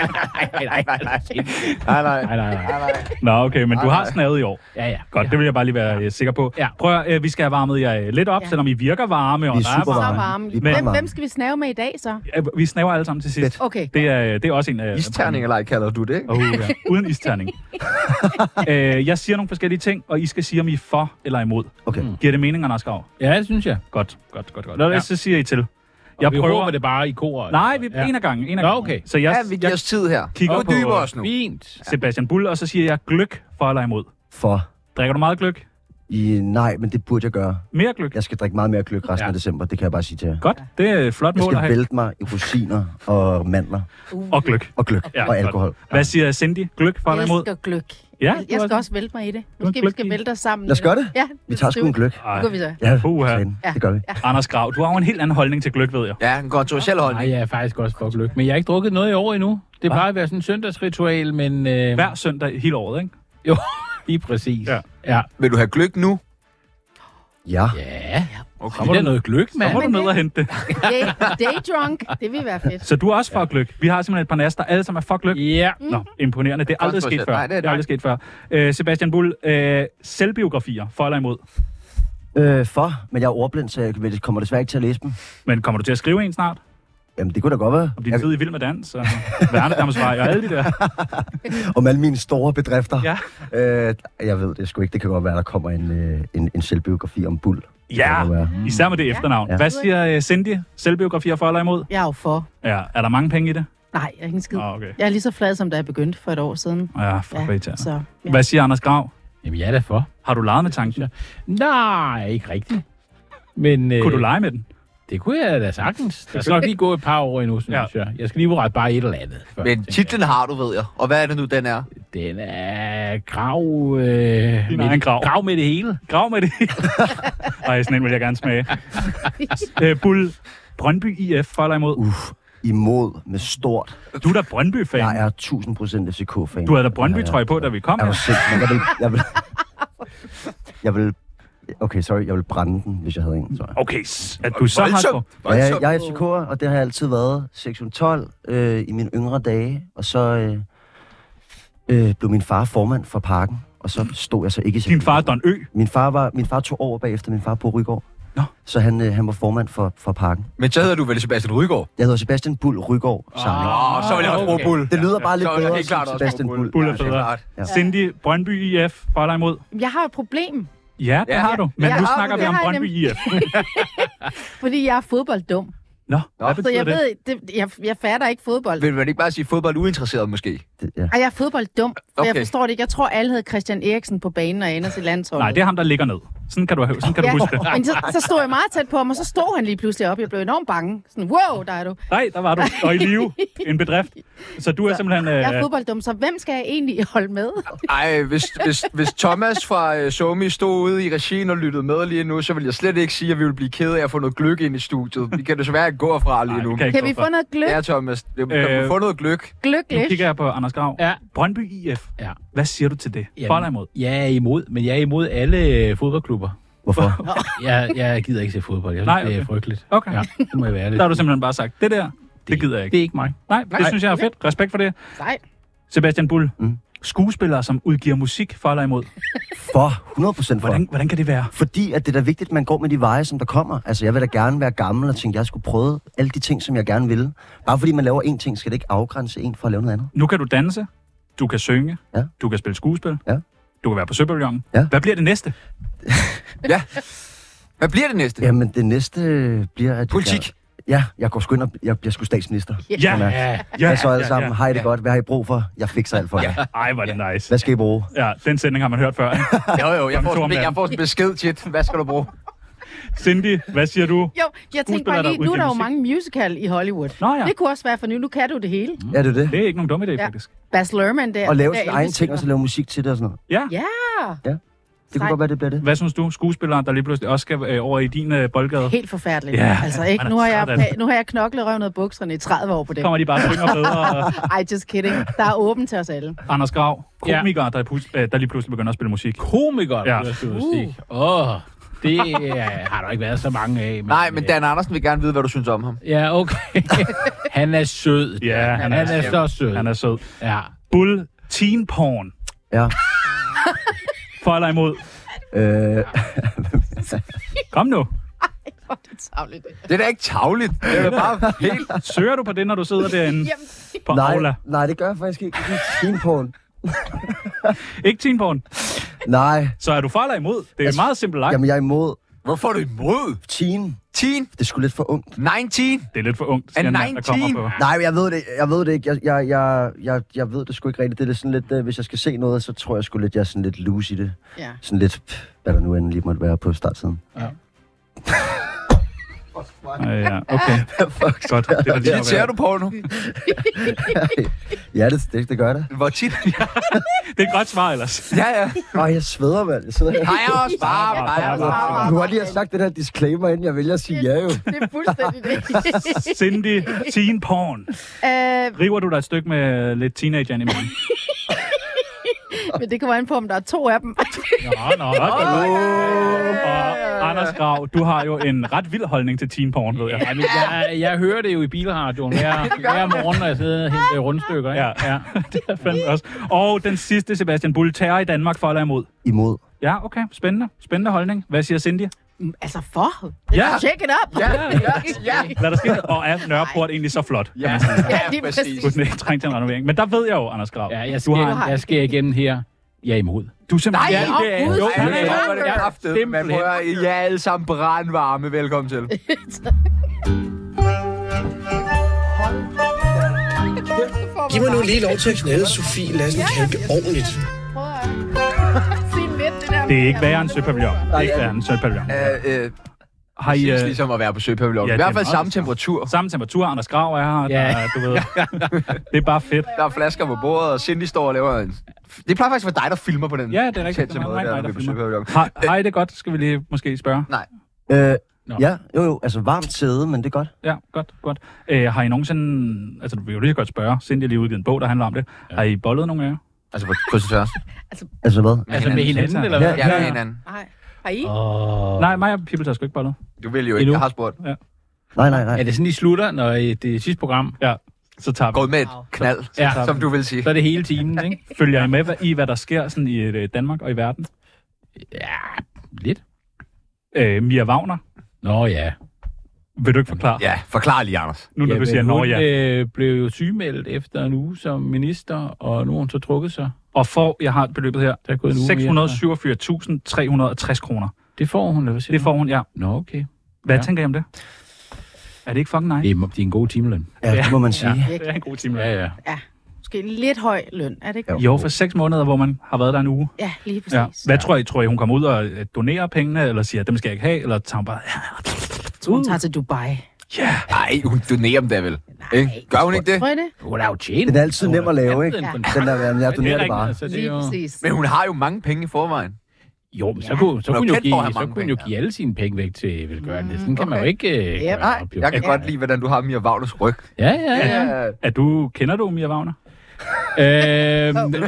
Speaker 5: Nej, nej, nej, nej, nej.
Speaker 1: Nej, nej.
Speaker 5: Nej, nej, nej.
Speaker 2: Nå, okay, men du har snavet i år.
Speaker 5: Ja, ja.
Speaker 2: Godt, det vil jeg bare lige være øh, sikker på.
Speaker 5: Ja.
Speaker 2: Prøv at, øh, vi skal have varmet jer øh, lidt op,
Speaker 3: Ja.
Speaker 2: selvom I virker varme. Og
Speaker 4: Vi er
Speaker 2: der er
Speaker 4: super
Speaker 3: Så
Speaker 2: varme.
Speaker 4: varme.
Speaker 3: varme.
Speaker 4: Vi er
Speaker 3: Hvem,
Speaker 4: varme.
Speaker 3: hvem skal vi snave med i dag så?
Speaker 2: Ja, Vi snaver alle sammen til sidst.
Speaker 3: Okay.
Speaker 2: Det er, øh, det er også en af...
Speaker 1: Isterning eller ej, kalder du det, ikke?
Speaker 2: Oh, ja. Uden isterning. øh, jeg siger nogle forskellige ting, og I skal sige, om I er for eller imod.
Speaker 4: Okay.
Speaker 2: Giver det mening, Anders Grav?
Speaker 5: Ja, det synes jeg.
Speaker 2: Godt, godt, godt. godt. Nå,
Speaker 5: Ja.
Speaker 2: ja. så siger I til.
Speaker 5: Jeg vi prøver det bare i kor.
Speaker 2: Nej, vi ja.
Speaker 5: Ja.
Speaker 2: en af gangen. En af
Speaker 5: Nå,
Speaker 2: gangen.
Speaker 5: okay.
Speaker 2: Så jeg,
Speaker 1: Ja, vi giver
Speaker 2: jeg
Speaker 1: os tid her.
Speaker 2: kigger
Speaker 1: Nu
Speaker 2: på-
Speaker 1: dyber os nu.
Speaker 5: Fint.
Speaker 2: Sebastian Bull, og så siger jeg gløk for eller imod.
Speaker 4: For
Speaker 2: Drikker du meget gløk?
Speaker 4: i, nej, men det burde jeg gøre.
Speaker 2: Mere gløk?
Speaker 4: Jeg skal drikke meget mere kløk resten
Speaker 5: Ja.
Speaker 4: af december, det kan jeg bare sige til jer.
Speaker 2: Godt, det er et flot
Speaker 4: Jeg
Speaker 2: mål at
Speaker 4: skal
Speaker 2: have.
Speaker 4: vælte mig i rosiner og mandler
Speaker 2: Og gløk.
Speaker 4: og gløk
Speaker 2: Ja,
Speaker 4: og alkohol.
Speaker 2: Godt. Hvad siger Cindy? Gløk for eller
Speaker 3: Jeg
Speaker 2: imod?
Speaker 3: skal gløk.
Speaker 2: Ja,
Speaker 3: Jeg, jeg skal også vælte mig i det.
Speaker 2: en
Speaker 3: Måske vi skal
Speaker 2: gløk-pige.
Speaker 3: vælte os sammen.
Speaker 4: Lad os gøre det.
Speaker 3: Ja,
Speaker 4: Vi tager sgu en gløk.
Speaker 2: Ej,
Speaker 3: Går vi så.
Speaker 4: Ja,
Speaker 2: Puha.
Speaker 4: satan,
Speaker 3: Ja.
Speaker 4: det gør vi.
Speaker 2: Anders Grav, du har jo en helt anden holdning til gløk, ved jeg.
Speaker 1: Ja, en kontroversiel
Speaker 5: Nej,
Speaker 1: holdning.
Speaker 5: jeg er faktisk også for gløk. Men jeg har ikke drukket noget i år endnu. Det plejer at være sådan en søndagsritual, men... Øh,
Speaker 2: Hver søndag hele året, ikke?
Speaker 5: Jo, lige præcis.
Speaker 2: Ja.
Speaker 5: ja.
Speaker 1: Vil du have gløk nu?
Speaker 4: Ja.
Speaker 5: Ja,
Speaker 1: Okay.
Speaker 5: kommer der noget gløk,
Speaker 2: Så
Speaker 5: mand?
Speaker 2: må du
Speaker 3: Men
Speaker 2: ned
Speaker 3: det-
Speaker 2: og hente det.
Speaker 3: Day, day drunk. Det vil være fedt.
Speaker 2: Så du er også for gløk. Vi har simpelthen et par næster, alle sammen er for gløk.
Speaker 5: Ja.
Speaker 2: Nå, imponerende. Det er aldrig sket før.
Speaker 1: Nej, det er
Speaker 2: det er aldrig sket før. Øh, Sebastian Bull, øh, selvbiografier, for eller imod?
Speaker 4: Øh, for, men jeg er ordblind, så jeg vil- kommer desværre ikke til at læse dem.
Speaker 2: Men kommer du til at skrive en snart?
Speaker 4: Jamen, det kunne da godt være. Altså,
Speaker 2: Om din
Speaker 4: Jeg,
Speaker 2: tid i Vild med Dans og Værnedamsvej og alle de der?
Speaker 4: om alle mine store bedrifter.
Speaker 2: Ja.
Speaker 4: Øh, jeg ved det sgu ikke. Det kan godt være, der kommer en, øh, en, en selvbiografi om Bull.
Speaker 2: Ja,
Speaker 4: Det kan godt være.
Speaker 2: især med det efternavn.
Speaker 4: Ja.
Speaker 2: Hvad siger øh, Cindy? Selvbiografier for eller imod?
Speaker 3: Jeg er jo for.
Speaker 2: Ja, er der mange penge i det?
Speaker 3: Nej, jeg er ikke en skid.
Speaker 2: Nå, Ah, okay. Ah,
Speaker 3: Jeg er lige så flad, som da jeg begyndte for et år siden.
Speaker 2: Ja, fuck ja,
Speaker 3: så, ja.
Speaker 2: Hvad siger Anders Grav?
Speaker 5: Jamen, jeg er da for.
Speaker 2: Har du leget med tanken?
Speaker 5: Nej, ikke rigtigt. Men, øh,
Speaker 2: Kunne du lege med den?
Speaker 5: Det kunne jeg da sagtens. Der skal nok lige gå et par år endnu, synes jeg. Jeg skal lige rette bare et eller andet. Før,
Speaker 1: Men titlen har du, ved jeg. Og hvad er det nu, den er?
Speaker 5: Den er grav... Øh, med,
Speaker 2: egen
Speaker 5: det-
Speaker 2: grav.
Speaker 5: grav med det hele.
Speaker 2: Grav med det. Ej, sådan en vil jeg gerne smage. Øh, Bull, Brøndby IF for eller imod?
Speaker 4: Uff, imod med stort.
Speaker 2: Du er da Brøndby-fan.
Speaker 4: Jeg er 1000% FCK-fan.
Speaker 2: Du havde da Brøndby-trøje på, da vi kom
Speaker 4: Er du
Speaker 2: her.
Speaker 4: sindssygt? Jeg vil... Jeg vil, jeg vil Okay, sorry, jeg vil brænde den, hvis jeg havde en, tror jeg.
Speaker 2: Okay, s- at du så har...
Speaker 1: Voldsomt.
Speaker 4: Og jeg,
Speaker 1: Voldsomt.
Speaker 4: jeg er FCK'er, og det har jeg altid været. 612 øh, i mine yngre dage, og så øh, øh, blev min far formand for parken, og så stod jeg så ikke i
Speaker 2: Din far Don Ø.
Speaker 4: Min far, var, min far tog over bagefter min far på Rygaard.
Speaker 2: Nå.
Speaker 4: Så han, øh, han var formand for, for parken.
Speaker 1: Men så hedder du vel Sebastian Rygaard?
Speaker 4: Jeg hedder Sebastian Bull Rygaard Sarling.
Speaker 1: Åh, oh, så vil jeg også bruge
Speaker 5: okay.
Speaker 1: bull.
Speaker 4: Det lyder bare lidt
Speaker 1: Så er det
Speaker 4: bedre
Speaker 1: helt klart
Speaker 4: som
Speaker 1: også
Speaker 4: Sebastian
Speaker 1: Bull.
Speaker 4: Bull.
Speaker 2: Bull er
Speaker 1: Ja, det er
Speaker 2: federe.
Speaker 1: klart.
Speaker 4: Ja.
Speaker 2: Cindy, Brøndby IF for eller imod?
Speaker 3: Jeg har et problem,
Speaker 2: Ja, det
Speaker 1: Ja.
Speaker 2: har du. Men
Speaker 3: Ja,
Speaker 2: nu
Speaker 3: det
Speaker 2: snakker vi
Speaker 3: har
Speaker 2: om
Speaker 3: jeg
Speaker 2: Brøndby IF.
Speaker 3: fordi jeg er fodbolddum.
Speaker 2: Nå, hvad
Speaker 3: Så
Speaker 2: betyder
Speaker 3: jeg
Speaker 2: det?
Speaker 3: ved, det, jeg, jeg fatter ikke fodbold.
Speaker 1: Vil man ikke bare sige fodbold uinteresseret, måske?
Speaker 4: Det, ja.
Speaker 3: Ej, jeg er fodbolddum, for okay. jeg
Speaker 1: Okay.
Speaker 3: forstår det ikke. Jeg tror, alle hed Christian Eriksen på banen og Anders i landsholdet.
Speaker 2: Nej, det er ham, der ligger ned. Sådan kan du, have- sådan kan du huske det.
Speaker 3: Men så, så stod jeg meget tæt på ham, og så stod han lige pludselig op. Jeg blev enormt bange. Sådan, wow, der er du.
Speaker 2: Nej, der var du. Og i live. En bedrift. Så du er simpelthen... Øh,
Speaker 3: Jeg er fodbolddum, så hvem skal jeg egentlig holde med?
Speaker 1: Ej, hvis, hvis, hvis Thomas fra øh, Somi stod ude i regien og lyttede med lige nu, så vil jeg slet ikke sige, at vi ville blive ked af at få noget gløk ind i studiet. Vi kan desværre ikke gå fra lige
Speaker 2: nej,
Speaker 1: nu.
Speaker 2: det kan jeg ikke
Speaker 3: Kan vi
Speaker 2: gå for.
Speaker 3: få noget gløk?
Speaker 1: Ja, Thomas. Det, kan
Speaker 2: Øh,
Speaker 1: øh... få noget gløk?
Speaker 3: Gløk
Speaker 2: Nu
Speaker 3: lidt.
Speaker 2: kigger jeg på Anders Grav.
Speaker 5: Ja.
Speaker 2: Brøndby IF.
Speaker 5: Ja.
Speaker 2: Hvad siger du til det?
Speaker 5: Jamen,
Speaker 2: For eller imod?
Speaker 5: Jeg er imod, men jeg er imod alle øh, fodboldklubber.
Speaker 4: Hvorfor?
Speaker 5: Jeg, jeg gider ikke se fodbold. Jeg synes,
Speaker 2: Nej,
Speaker 5: Nej, okay. det
Speaker 2: okay.
Speaker 5: er frygteligt.
Speaker 2: Okay.
Speaker 5: Ja, det må jeg være lidt.
Speaker 2: Der har du simpelthen bare sagt, det der, det gider jeg ikke.
Speaker 5: Det er ikke mig.
Speaker 2: Nej, det synes jeg er fedt. Respekt for det.
Speaker 3: Nej,
Speaker 2: Sebastian Bull,
Speaker 4: Mm.
Speaker 2: skuespillere, som udgiver musik for eller imod.
Speaker 4: For 100% for.
Speaker 2: Hvordan, hvordan kan det være?
Speaker 4: Fordi at det er da vigtigt, at man går med de veje, som der kommer. Altså, jeg vil da gerne være gammel og tænke, at jeg skulle prøve alle de ting, som jeg gerne ville. Bare fordi man laver én ting, skal det ikke afgrænse en for at lave noget andet.
Speaker 2: Nu kan du danse, du kan synge,
Speaker 4: Ja.
Speaker 2: du kan spille skuespil,
Speaker 4: Ja.
Speaker 2: du kan være på Søpavillonen.
Speaker 4: Ja.
Speaker 2: Hvad bliver det næste?
Speaker 1: Ja. Hvad bliver det næste?
Speaker 4: Jamen, det næste bliver... At
Speaker 1: Politik.
Speaker 4: Jeg, ja, jeg går sgu ind og jeg bliver sgu statsminister.
Speaker 2: Ja,
Speaker 4: Sådan er-
Speaker 5: Ja,
Speaker 2: ja,
Speaker 4: Hvad så alle sammen?
Speaker 2: ja.
Speaker 4: Har I det godt? Hvad har I brug for? Jeg fikser alt for jer.
Speaker 2: Ej, hvor er det nice.
Speaker 4: Hvad skal I bruge?
Speaker 2: Ja, den sending har man hørt før. ikke?
Speaker 1: Jo, jo, jeg
Speaker 2: Kom,
Speaker 1: får,
Speaker 2: Thor,
Speaker 1: sådan,
Speaker 2: mand.
Speaker 1: jeg får sådan besked til et. Hvad skal du bruge?
Speaker 2: Cindy, hvad siger du?
Speaker 3: Jo, jeg tænkte
Speaker 2: Skuespillere,
Speaker 3: bare
Speaker 2: der
Speaker 3: lige, nu er
Speaker 2: udgiver
Speaker 3: der jo
Speaker 2: musik.
Speaker 3: mange musical i Hollywood.
Speaker 2: Nå ja.
Speaker 3: Det kunne også være for nu, nu kan du det hele.
Speaker 4: Er det det?
Speaker 2: Det er ikke nogen dum idé,
Speaker 3: Ja.
Speaker 2: faktisk.
Speaker 3: Baz Luhrmann der.
Speaker 4: Og lave
Speaker 3: der
Speaker 4: sin egen
Speaker 3: Elvis
Speaker 4: ting, og
Speaker 3: var.
Speaker 4: så lave musik til det og sådan noget.
Speaker 2: Ja,
Speaker 3: Ja,
Speaker 4: Det kunne
Speaker 3: Nej.
Speaker 4: godt være, det bliver det.
Speaker 2: Hvad synes du, skuespillere, der lige pludselig også skal øh, over i din øh, boldgade?
Speaker 3: Helt forfærdeligt.
Speaker 2: Ja,
Speaker 3: altså, ikke?
Speaker 2: man er
Speaker 3: Nu har, jeg,
Speaker 2: træt af det.
Speaker 3: nu har jeg knoklet røven ud af bukserne i 30 år på det.
Speaker 2: Kommer de bare og synger bedre? og-
Speaker 3: Ej, just kidding. Der er åben til os alle.
Speaker 2: Anders Grav,
Speaker 5: Ja.
Speaker 2: komiker, der, pus- øh, der lige pludselig begynder at spille musik.
Speaker 5: Komiker,
Speaker 2: Ja.
Speaker 5: ja. Uh. Åh, det øh, har der ikke været så mange af. Men,
Speaker 1: Nej, men
Speaker 5: øh,
Speaker 1: Dan Andersen vil gerne vide, hvad du synes om ham.
Speaker 5: Ja, okay. han er sød.
Speaker 2: Ja,
Speaker 5: Dan.
Speaker 2: han
Speaker 5: han,
Speaker 2: er
Speaker 5: er,
Speaker 2: sød.
Speaker 5: så sød.
Speaker 2: Han er sød.
Speaker 5: Ja.
Speaker 2: Bull teen porn.
Speaker 4: Ja.
Speaker 2: For eller imod.
Speaker 4: Øh,
Speaker 2: Kom nu.
Speaker 3: Hvor er det tavligt.
Speaker 1: Det er da ikke tavligt. Det er da bare helt...
Speaker 2: Søger du på det, når du sidder derinde
Speaker 3: Jamen,
Speaker 2: på
Speaker 4: nej,
Speaker 2: Aula?
Speaker 4: nej, det gør jeg faktisk ikke. Det er en porn.
Speaker 2: Ikke teen porn.
Speaker 4: Nej,
Speaker 2: Så er du for eller imod? Det er
Speaker 4: Altså,
Speaker 2: meget simpelt lagt.
Speaker 4: jamen jeg er imod
Speaker 1: Hvorfor er du imod?
Speaker 4: teen.
Speaker 1: 10?
Speaker 4: Det er sgu lidt for ungt.
Speaker 1: 19?
Speaker 2: Det er lidt for ungt,
Speaker 1: Er
Speaker 2: siger en mand, der
Speaker 1: 19?
Speaker 2: kommer på.
Speaker 4: Nej, men jeg ved det, jeg ved det ikke. Jeg, jeg, jeg, jeg, jeg ved det sgu ikke rigtigt. Det er lidt sådan lidt, øh, hvis jeg skal se noget, så tror jeg sgu lidt, jeg er sådan lidt loose i det.
Speaker 3: ja.
Speaker 4: Sådan lidt, pff, hvad der nu endelig måtte være på startsiden.
Speaker 2: Ja, Øh, ja. Okay. Godt. Det var
Speaker 1: Hvor tit
Speaker 2: lige
Speaker 1: ser du porno?
Speaker 4: ja, det, det, det gør det.
Speaker 1: Hvor tit?
Speaker 2: Det er et godt svar ellers.
Speaker 1: Ja, ja.
Speaker 4: Åh, jeg sveder, mand. Jeg sidder her.
Speaker 1: Nej, jeg er også bare... Nej, jeg er også altså, bare.
Speaker 4: Du har lige have sagt det der disclaimer, inden jeg vælger at sige ja jo.
Speaker 3: Det er fuldstændig det.
Speaker 2: Cindy, teen porn.
Speaker 3: øh,
Speaker 2: River du dig et stykke med lidt teenager ind i morgen?
Speaker 3: men det kommer an på, om der er to af dem.
Speaker 2: Nå, nå, nå. Og Anders Grav, du har jo en ret vild holdning til teen porn, ved jeg.
Speaker 5: Ja, men jeg, jeg hører det jo i bilradioen hver, hver morgen, når jeg sidder og henter rundstykker. Ikke?
Speaker 2: Ja, ja. det er fandme også. Og den sidste, Sebastian Bull, terror i Danmark for eller imod?
Speaker 4: Imod.
Speaker 2: Ja, okay. Spændende. Spændende holdning. Hvad siger Cindy?
Speaker 3: Mm, altså, for?
Speaker 2: Ja.
Speaker 3: Check it up!
Speaker 1: Ja, ja, ja.
Speaker 2: Hvad er der sker? Og er Nørreport egentlig så flot?
Speaker 1: Ja,
Speaker 3: Ja,
Speaker 1: ja,
Speaker 3: lige
Speaker 1: præcis.
Speaker 3: præcis.
Speaker 2: Skulle den ikke trænge til en renovering? Men der ved jeg jo, Anders Grav.
Speaker 5: Ja, jeg
Speaker 2: du,
Speaker 5: skal,
Speaker 2: har, Altså,
Speaker 3: har-
Speaker 5: jeg skal igennem her. Jeg er imod.
Speaker 2: du er simpelthen...
Speaker 1: Nej,
Speaker 2: Ja,
Speaker 1: åh,
Speaker 2: det er-
Speaker 3: Gud,
Speaker 2: jo,
Speaker 1: Ej,
Speaker 2: han
Speaker 1: hvor
Speaker 2: er-
Speaker 1: var det kraftet. Man
Speaker 5: Simpelthen.
Speaker 1: prøver, I er alle sammen brandvarme. Velkommen til.
Speaker 6: Giv mig nu lige lov til at knalde Sofie Lassen Kalke ordentligt.
Speaker 3: Prøv at se lidt det der.
Speaker 2: det er ikke værre end Søpavillon. Det er ikke værre end Søpavillon.
Speaker 1: Øh, øh,
Speaker 2: Har I,
Speaker 1: det er
Speaker 2: øh,
Speaker 1: ligesom at være på søpavillonen.
Speaker 2: ja,
Speaker 1: I
Speaker 2: det er
Speaker 1: hvert fald
Speaker 2: meget
Speaker 1: samme
Speaker 2: det samme.
Speaker 1: temperatur.
Speaker 2: samme temperatur, Anders Grav er her, der,
Speaker 5: Ja.
Speaker 2: du ved. Det er bare fedt.
Speaker 1: Der er flasker på bordet, og Cindy står og laver en... Det plejer faktisk at være dig, der filmer på den.
Speaker 2: Ja, det er rigtigt.
Speaker 1: tætte
Speaker 2: Det er
Speaker 1: måde,
Speaker 2: mig,
Speaker 1: der,
Speaker 2: mig,
Speaker 1: når
Speaker 2: der
Speaker 1: vi er på
Speaker 2: filmer.
Speaker 1: søpavillonen.
Speaker 2: Har, har I det godt, skal vi lige måske spørge.
Speaker 1: Nej.
Speaker 4: Øh,
Speaker 5: Nå.
Speaker 4: ja, jo jo, altså varmt sæde, men det er godt.
Speaker 2: Ja, godt, godt. Øh, har I nogensinde... Altså, du vil jo lige så godt spørge. Cindy har lige udgivet en bog, der handler om det. Har I bollet nogle af jer?
Speaker 1: Altså på kryds og tværs.
Speaker 4: Altså hvad?
Speaker 5: Altså med hinanden, eller
Speaker 4: Ja.
Speaker 5: hvad?
Speaker 1: Ja, med hinanden.
Speaker 3: Nej. Har I?
Speaker 5: Åh.
Speaker 2: Nej, mig og Pibbles har sgu ikke bollet.
Speaker 1: Du vil jo ikke.
Speaker 5: Endnu?
Speaker 1: Jeg har spurgt.
Speaker 4: Nej, nej, nej.
Speaker 5: Er det sådan, I slutter, når I- det er sidste program?
Speaker 2: Ja, så tager vi.
Speaker 1: Gået med et knald,
Speaker 5: Ja.
Speaker 1: som du vil sige.
Speaker 5: Så er det hele timen, ikke?
Speaker 2: Følger I med hvad, i, hvad der sker sådan i øh, Danmark og i verden?
Speaker 5: Ja, lidt.
Speaker 2: Øh, Mia Wagner,
Speaker 5: Nå ja.
Speaker 2: vil du ikke forklare?
Speaker 1: Ja, forklar lige, Anders.
Speaker 2: Nu når du
Speaker 5: Jamen,
Speaker 2: siger, nå
Speaker 5: hun
Speaker 2: ja.
Speaker 5: øh, blev jo sygemeldt efter en uge som minister, og nu har hun så trukket sig.
Speaker 2: Og får, jeg har beløbet her,
Speaker 5: Der er gået en uge mere.
Speaker 2: 647.360 kroner.
Speaker 5: Det får hun, eller hvad siger
Speaker 2: Det får hun, ja.
Speaker 5: du? Nå, okay.
Speaker 2: Hvad
Speaker 5: Ja.
Speaker 2: tænker I om det? Er det ikke fucking nice?
Speaker 5: Det er, det er en god timeløn.
Speaker 4: Ja, det må man sige.
Speaker 2: Det er en god time.
Speaker 5: Ja, ja.
Speaker 3: Måske lidt høj løn, er det ikke?
Speaker 4: Jo.
Speaker 2: Jo, for seks måneder, hvor man har været der en uge.
Speaker 3: Ja, lige præcis.
Speaker 2: Ja. Hvad tror I? Tror I, hun kommer ud og øh, donerer pengene, eller siger, dem skal jeg ikke have, eller tager hun bare, ja,
Speaker 3: Jeg tror, hun tager til Dubai.
Speaker 1: Nej, hun donerer dem da vel. Ikke? Gør hun ikke det?
Speaker 3: Tror I det?
Speaker 5: Hun er jo tjent.
Speaker 4: Den er altid nem at lave, ikke?
Speaker 5: Den,
Speaker 3: Ja.
Speaker 4: Den der, jeg donerer det
Speaker 5: rigtigt,
Speaker 4: bare.
Speaker 5: altså, det er
Speaker 3: Lige
Speaker 5: jo-
Speaker 3: præcis.
Speaker 1: Men hun har jo mange penge i forvejen.
Speaker 5: Jo, men så kunne, så
Speaker 1: Hun er
Speaker 5: kunne,
Speaker 1: jo
Speaker 5: jo
Speaker 1: kendt
Speaker 5: give,
Speaker 1: for at have
Speaker 5: så
Speaker 1: mange
Speaker 5: kunne hun jo
Speaker 1: penge,
Speaker 5: give alle sine penge væk til velgørenhed. Sådan kan man jo
Speaker 1: Okay.
Speaker 5: ikke øh, gøre
Speaker 1: Nej,
Speaker 5: op, jo.
Speaker 1: jeg kan godt lide, hvordan du har Mia Wagners ryg.
Speaker 5: Ja, ja, ja.
Speaker 1: Ja.
Speaker 2: er du, kender du Mia Wagner?
Speaker 5: Øhm, øhm,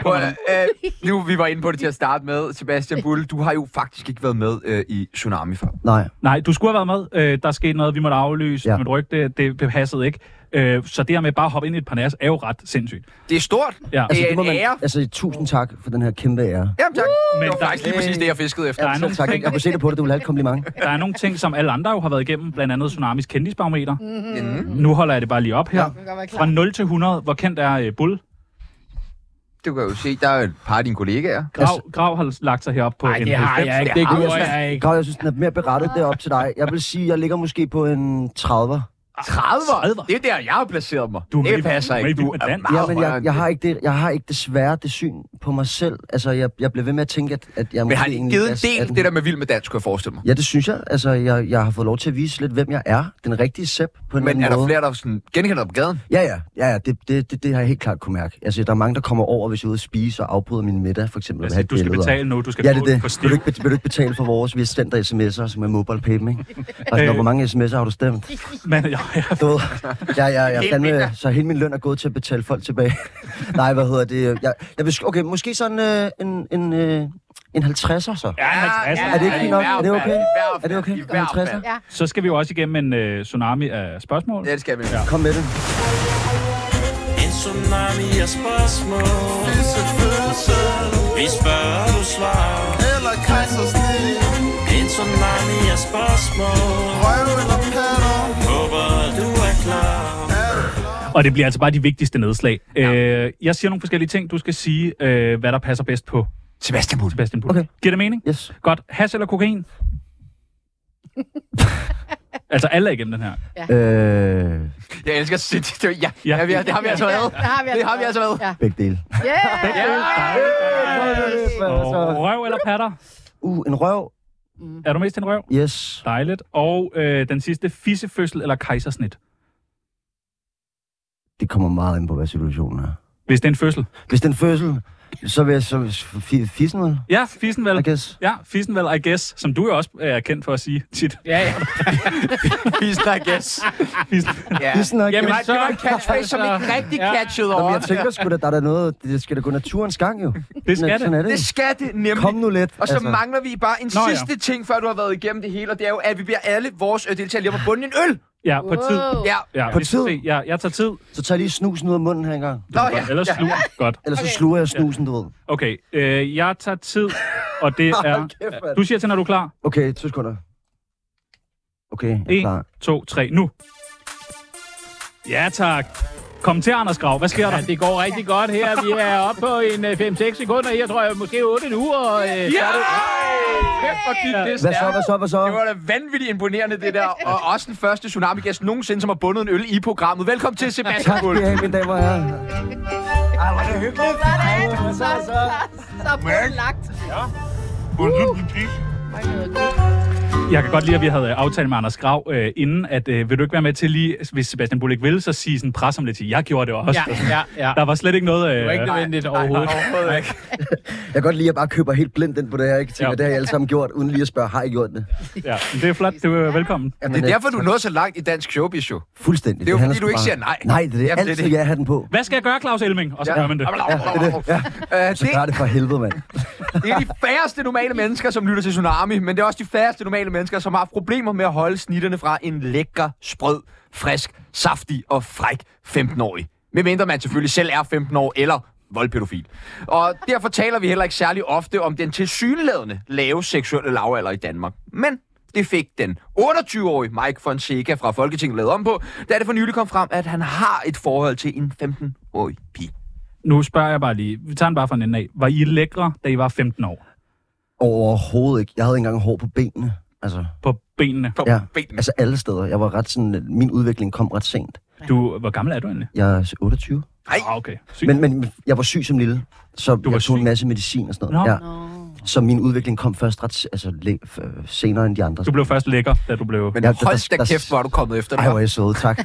Speaker 1: Prøv at- øh, Nu, vi var inde på det til at starte med. Sebastian Bull, du har jo faktisk ikke været med øh, i Tsunami før.
Speaker 4: Nej,
Speaker 2: Nej, du skulle have været med. Øh, der skete noget, vi måtte aflyse. Ja.
Speaker 4: Ja.
Speaker 2: Mit rygte, det passede ikke. Øh, så det her med bare at hoppe ind i et parnas er jo ret sindssygt.
Speaker 1: Det er stort.
Speaker 2: Ja.
Speaker 1: Det er
Speaker 4: det må
Speaker 1: en
Speaker 4: man,
Speaker 1: ære.
Speaker 4: altså tusind tak for den her kæmpe ære.
Speaker 1: Jamen tak.
Speaker 2: Men
Speaker 1: Det var
Speaker 2: der-
Speaker 1: faktisk lige præcis det, jeg fiskede efter.
Speaker 2: Der er, nogle
Speaker 4: Tak,
Speaker 2: ting,
Speaker 4: jeg kunne se det på dig, du ville have et kompliment.
Speaker 2: der er nogle ting, som alle andre jo har været igennem, blandt andet Tsunamis kendisbarometer.
Speaker 5: Mm-hmm.
Speaker 1: Mm.
Speaker 2: Nu holder jeg det bare lige op her.
Speaker 3: kan godt være klar.
Speaker 2: Fra 0 til 100, hvor kendt er øh, Bull?
Speaker 1: Du kan jo se, der er et par af dine kollegaer.
Speaker 2: Grav, Grav har lagt sig herop på
Speaker 5: Nej,
Speaker 2: en
Speaker 5: det har
Speaker 2: 90.
Speaker 5: jeg ikke.
Speaker 1: Det
Speaker 5: Det
Speaker 1: har
Speaker 5: gjorde jeg ikke.
Speaker 4: Grav, jeg synes, den er mere berettet det er op til dig. Jeg vil sige, jeg ligger måske på en 30'er.
Speaker 1: 30'er?
Speaker 2: 30'er?
Speaker 1: Det er der, jeg har placeret mig.
Speaker 2: Du er
Speaker 1: det
Speaker 2: med i-
Speaker 1: passer
Speaker 2: du er
Speaker 1: ikke.
Speaker 2: med i
Speaker 1: Du
Speaker 2: Vild
Speaker 1: er
Speaker 2: med Dans.
Speaker 1: meget
Speaker 4: Ja, men
Speaker 1: højere
Speaker 4: jeg,
Speaker 1: end
Speaker 4: jeg,
Speaker 1: det.
Speaker 4: har ikke det, jeg har ikke desværre det syn på mig selv. Altså, jeg, jeg bliver ved med at tænke, at, at jeg
Speaker 1: Men
Speaker 4: måske
Speaker 1: har de
Speaker 4: egentlig
Speaker 1: givet
Speaker 4: er
Speaker 1: en del
Speaker 4: 18.
Speaker 1: det der med vild med dans, kunne jeg forestille mig?
Speaker 4: Ja, det synes jeg. Altså, jeg, jeg har fået lov til at vise lidt, hvem jeg er. Den rigtige Sepp, på en
Speaker 1: Men
Speaker 4: eller
Speaker 1: er
Speaker 4: anden
Speaker 1: der
Speaker 4: måde.
Speaker 1: flere, der sådan genkender dig på gaden?
Speaker 4: Ja, ja. ja, ja det, det, det, det, har jeg helt klart kunne mærke. Altså, der er mange, der kommer over, hvis jeg er ude at spise og afbryder min middag, for eksempel. og vil
Speaker 2: Altså,
Speaker 4: have et
Speaker 2: du skal
Speaker 4: billede.
Speaker 2: betale nu, du skal
Speaker 4: Ja,
Speaker 2: få
Speaker 4: det er
Speaker 2: for
Speaker 4: det. Vil
Speaker 2: stiv.
Speaker 4: du ikke, bet- vil du ikke betale for vores? Vi har stemt dig sms'er, som er mobile payment, ikke? Altså, når,
Speaker 2: Øh.
Speaker 4: hvor mange sms'er har du stemt?
Speaker 2: Men jeg, jeg,
Speaker 4: Du ved, jeg, jeg, jeg fandme, så hele min løn er gået til at betale folk tilbage. Nej, hvad hedder det? Jeg, jeg vil, sk- okay, måske sådan øh, en, en, øh, en 50'er så.
Speaker 2: jeg er 50.
Speaker 4: Er det ikke fint nok?
Speaker 1: i hvert
Speaker 4: Er det okay?
Speaker 1: fald, i hvert
Speaker 4: Er det
Speaker 1: fald,
Speaker 4: okay?
Speaker 1: i hvert fald.
Speaker 4: 50'er?
Speaker 3: Ja.
Speaker 2: Så skal vi jo også igennem en øh, tsunami af spørgsmål.
Speaker 1: Ja, det skal vi.
Speaker 4: Kom med det.
Speaker 7: En tsunami af spørgsmål Vi spørger, du svarer Eller kejsersnit En tsunami af spørgsmål Røv eller patter Håber, du er klar
Speaker 2: Og det bliver altså bare de vigtigste nedslag. Øh, jeg siger nogle forskellige ting. Du skal sige, øh, hvad der passer bedst på
Speaker 1: Sebastian Bull.
Speaker 2: Sebastian Bull.
Speaker 4: Okay.
Speaker 2: Giver det mening?
Speaker 4: Yes.
Speaker 2: Godt. Has eller kokain? altså alle er igennem den her.
Speaker 4: Øh,
Speaker 1: Jeg elsker City. Det, ja, ja. vi har- det har vi altså været.
Speaker 3: Det har vi altså.
Speaker 1: Det har vi altså været.
Speaker 3: Ja.
Speaker 4: begge dele.
Speaker 3: Yeah.
Speaker 2: Og
Speaker 4: Altså,
Speaker 2: røv eller patter?
Speaker 4: uh, en røv.
Speaker 2: Er du mest en røv?
Speaker 4: Yes.
Speaker 2: Dejligt. Og øh, den sidste, fissefødsel eller kejsersnit?
Speaker 4: Det kommer meget ind på, hvad situationen er.
Speaker 2: Hvis det er en fødsel.
Speaker 4: Hvis den fødsel, så vil jeg så f- fissen, vel?
Speaker 2: Ja, fissen vel.
Speaker 4: I guess.
Speaker 2: Ja, fissen vel, I guess. Som du jo også øh, er kendt for at sige tit.
Speaker 5: Ja, ja.
Speaker 1: He's like yes.
Speaker 2: Fissen.
Speaker 1: Ja.
Speaker 4: Fissen, I
Speaker 1: Det
Speaker 4: guess.
Speaker 1: var, det var en catchphrase, som
Speaker 5: Altså,
Speaker 1: ikke rigtig
Speaker 5: ja.
Speaker 1: catchede
Speaker 4: Nå, men
Speaker 1: over.
Speaker 4: jeg tænker sgu da, der er da noget, det skal da gå naturens gang jo.
Speaker 2: Det
Speaker 4: Sådan
Speaker 2: skal
Speaker 4: er- Sådan
Speaker 2: det.
Speaker 4: er det.
Speaker 1: Det skal det nemlig.
Speaker 4: Kom nu lidt.
Speaker 1: Og så altså. mangler vi bare en
Speaker 2: Nå, ja.
Speaker 1: sidste ting, før du har været igennem det hele, og det er jo, at vi bliver alle vores øh, deltagere lige om at bunde en øl.
Speaker 2: Ja, på tid.
Speaker 1: Ja.
Speaker 2: Ja,
Speaker 4: På
Speaker 2: vi skal
Speaker 4: tid?
Speaker 2: se. Ja, jeg tager tid.
Speaker 4: Så tag lige snusen ud af munden her engang.
Speaker 1: Nå, ja.
Speaker 2: Ellers
Speaker 1: ja.
Speaker 2: sluger Godt.
Speaker 4: Ellers så sluger jeg snusen, du ved.
Speaker 2: Okay, øh, jeg tager tid, og det er...
Speaker 4: Hold kæft, mand.
Speaker 2: Du siger til, når du er klar.
Speaker 4: Okay, to sekunder. Okay, jeg er
Speaker 2: 1,
Speaker 4: klar.
Speaker 2: 2, 3, nu. Ja, tak. Kom til, Anders Grav. Hvad sker der?
Speaker 5: Ja, det går rigtig godt her. Vi er oppe på en øh, 5-6 sekunder her, tror jeg. Måske 8 nu, og... Øh,
Speaker 1: Ja! Kæft, hvor gik det
Speaker 4: Hvad så,
Speaker 1: stærkt.
Speaker 4: hvad så, hvad så?
Speaker 1: Det var da vanvittigt imponerende, det der. Og også den første tsunami-gæst nogensinde, som har bundet en øl i programmet. Velkommen til Sebastian
Speaker 4: Tak skal
Speaker 1: Bull.
Speaker 4: I have, mine damer og herrer. Ej, hvor er det hyggeligt. Ej, hvad så, hvad så?
Speaker 3: Så er lagt.
Speaker 2: Jeg kan godt lide, at vi havde øh, aftalt med Anders Grav øh, inden, at øh, vil du ikke være med til lige, hvis Sebastian Bullock vil, så sige sådan pres om lidt til, jeg gjorde det også.
Speaker 5: ja, ja, ja.
Speaker 2: Der var slet ikke noget... Øh,
Speaker 5: Det var ikke nødvendigt overhovedet.
Speaker 1: Overhovedet ikke.
Speaker 4: Jeg kan godt lide, at jeg bare køber helt blindt ind på det her. Ikke? Tænker,
Speaker 2: Ja.
Speaker 4: det har jeg alle sammen gjort, uden lige at spørge, har I gjort det?
Speaker 2: ja, men det er flot. Det var velkommen.
Speaker 1: Det er derfor, du nåede så langt i dansk showbiz, jo.
Speaker 4: Fuldstændig.
Speaker 1: Det er jo
Speaker 4: handler
Speaker 1: fordi, du
Speaker 4: sgu
Speaker 1: ikke
Speaker 4: bare-
Speaker 1: siger nej.
Speaker 4: Nej, det er det.
Speaker 1: Jamen, det er
Speaker 4: Altid
Speaker 1: det.
Speaker 4: vil jeg have den på.
Speaker 2: Hvad skal jeg gøre, Claus Elming? Og så gør man det.
Speaker 1: Ja, det,
Speaker 4: Ja,
Speaker 1: er det.
Speaker 4: så gør det for helvede, mand.
Speaker 1: det er de færreste normale mennesker, som lytter til Tsunami, men det er også de færreste normale mennesker, som har haft problemer med at holde snitterne fra en lækker, sprød, frisk, saftig og fræk 15-årig. Medmindre man selvfølgelig selv er 15 år eller voldpædofil. Og derfor taler vi heller ikke særlig ofte om den tilsyneladende lave seksuelle lavalder i Danmark. Men det fik den 28-årige Mike Fonseca fra Folketinget lavet om på, da det for nylig kom frem, at han har et forhold til en 15-årig pige.
Speaker 2: Nu spørger jeg bare lige. Vi tager den bare fra en ende af. Var I lækre, da I var 15 år?
Speaker 4: Overhovedet ikke. Jeg havde ikke engang hår på benene. Altså,
Speaker 2: På benene.
Speaker 1: På
Speaker 4: ja.
Speaker 1: benene.
Speaker 4: altså alle steder. Jeg var ret sådan, øh, min udvikling kom ret sent.
Speaker 2: Du, hvor gammel er du egentlig?
Speaker 4: Jeg er 28.
Speaker 1: Ej.
Speaker 2: Ah, okay. Sygt.
Speaker 4: Men, men jeg var syg som lille, så du
Speaker 2: var
Speaker 4: jeg tog
Speaker 2: syg?
Speaker 4: en masse medicin og sådan noget.
Speaker 2: Nå.
Speaker 4: Ja. Så min udvikling kom først ret s- altså, læ- f- øh, senere end de andre.
Speaker 2: Du blev først lækker, da du blev...
Speaker 1: Men
Speaker 4: Ja,
Speaker 1: ja,
Speaker 4: der-
Speaker 1: hold da
Speaker 4: der- der-
Speaker 1: kæft, hvor er du kommet efter
Speaker 4: Ej,
Speaker 1: det.
Speaker 4: hvor er I søde, tak.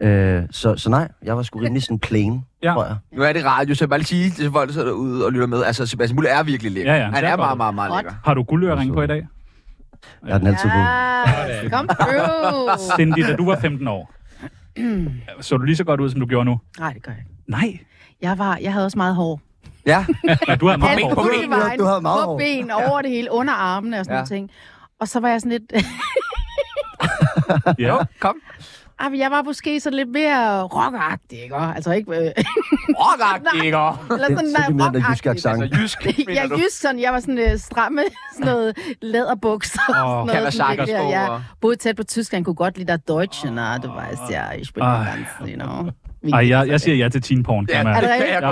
Speaker 4: øh, så, så nej, jeg var sgu rimelig sådan plain,
Speaker 2: Ja.
Speaker 4: ja. tror jeg.
Speaker 1: Nu er det radio, så jeg vil bare lige sige til folk, der sidder derude og lytter med. Altså, Sebastian Muller er virkelig lækker.
Speaker 2: Ja, ja,
Speaker 1: han
Speaker 2: det
Speaker 1: er
Speaker 2: er
Speaker 1: meget,
Speaker 2: godt.
Speaker 1: meget, meget
Speaker 3: Godt.
Speaker 1: lækker.
Speaker 2: Har du guldørering på i dag?
Speaker 4: Jeg er den altid god.
Speaker 3: Ja, kom through.
Speaker 2: Cindy, da du var 15 år. Så du lige så godt ud, som du gjorde nu?
Speaker 3: Nej, det gør jeg ikke.
Speaker 2: Nej.
Speaker 3: Jeg, var, jeg havde også meget hår.
Speaker 1: Ja,
Speaker 2: Ja, du har meget
Speaker 1: men-
Speaker 2: hår.
Speaker 1: På
Speaker 3: Hele
Speaker 1: ben.
Speaker 3: vejen,
Speaker 4: Du havde meget
Speaker 3: På
Speaker 4: hår.
Speaker 3: ben, over det hele, under armene og sådan
Speaker 1: Ja.
Speaker 3: ja. nogle ting. Og så var jeg sådan lidt...
Speaker 2: Ja.
Speaker 1: kom.
Speaker 3: Ej, Ah, men jeg var måske sådan lidt mere rockagtig, ikke? Og Altså ikke... Øh,
Speaker 1: Rock, ikke?
Speaker 3: eller
Speaker 4: Det er
Speaker 3: sådan, nej,
Speaker 4: simpelthen den der jyske
Speaker 3: rockagtig.
Speaker 4: accent.
Speaker 1: Altså, jysk, mener
Speaker 3: Jeg
Speaker 1: du?
Speaker 3: er just sådan, jeg var sådan øh, stramme, sådan noget læderbukser. og
Speaker 2: Åh,
Speaker 3: sådan noget, sådan
Speaker 1: Kawasaki-sko
Speaker 3: lidt der.
Speaker 1: og-
Speaker 3: Jeg boede tæt på Tyskland, kunne godt lide der Deutsche, oh, du weißt ja, ich bin
Speaker 2: Ej,
Speaker 3: oh, ganz, you know.
Speaker 2: Ej, jeg, jeg siger ja til teen porn,
Speaker 1: Ja,
Speaker 2: kan man.
Speaker 1: det
Speaker 3: det
Speaker 1: kan
Speaker 3: rigtigt?
Speaker 1: jeg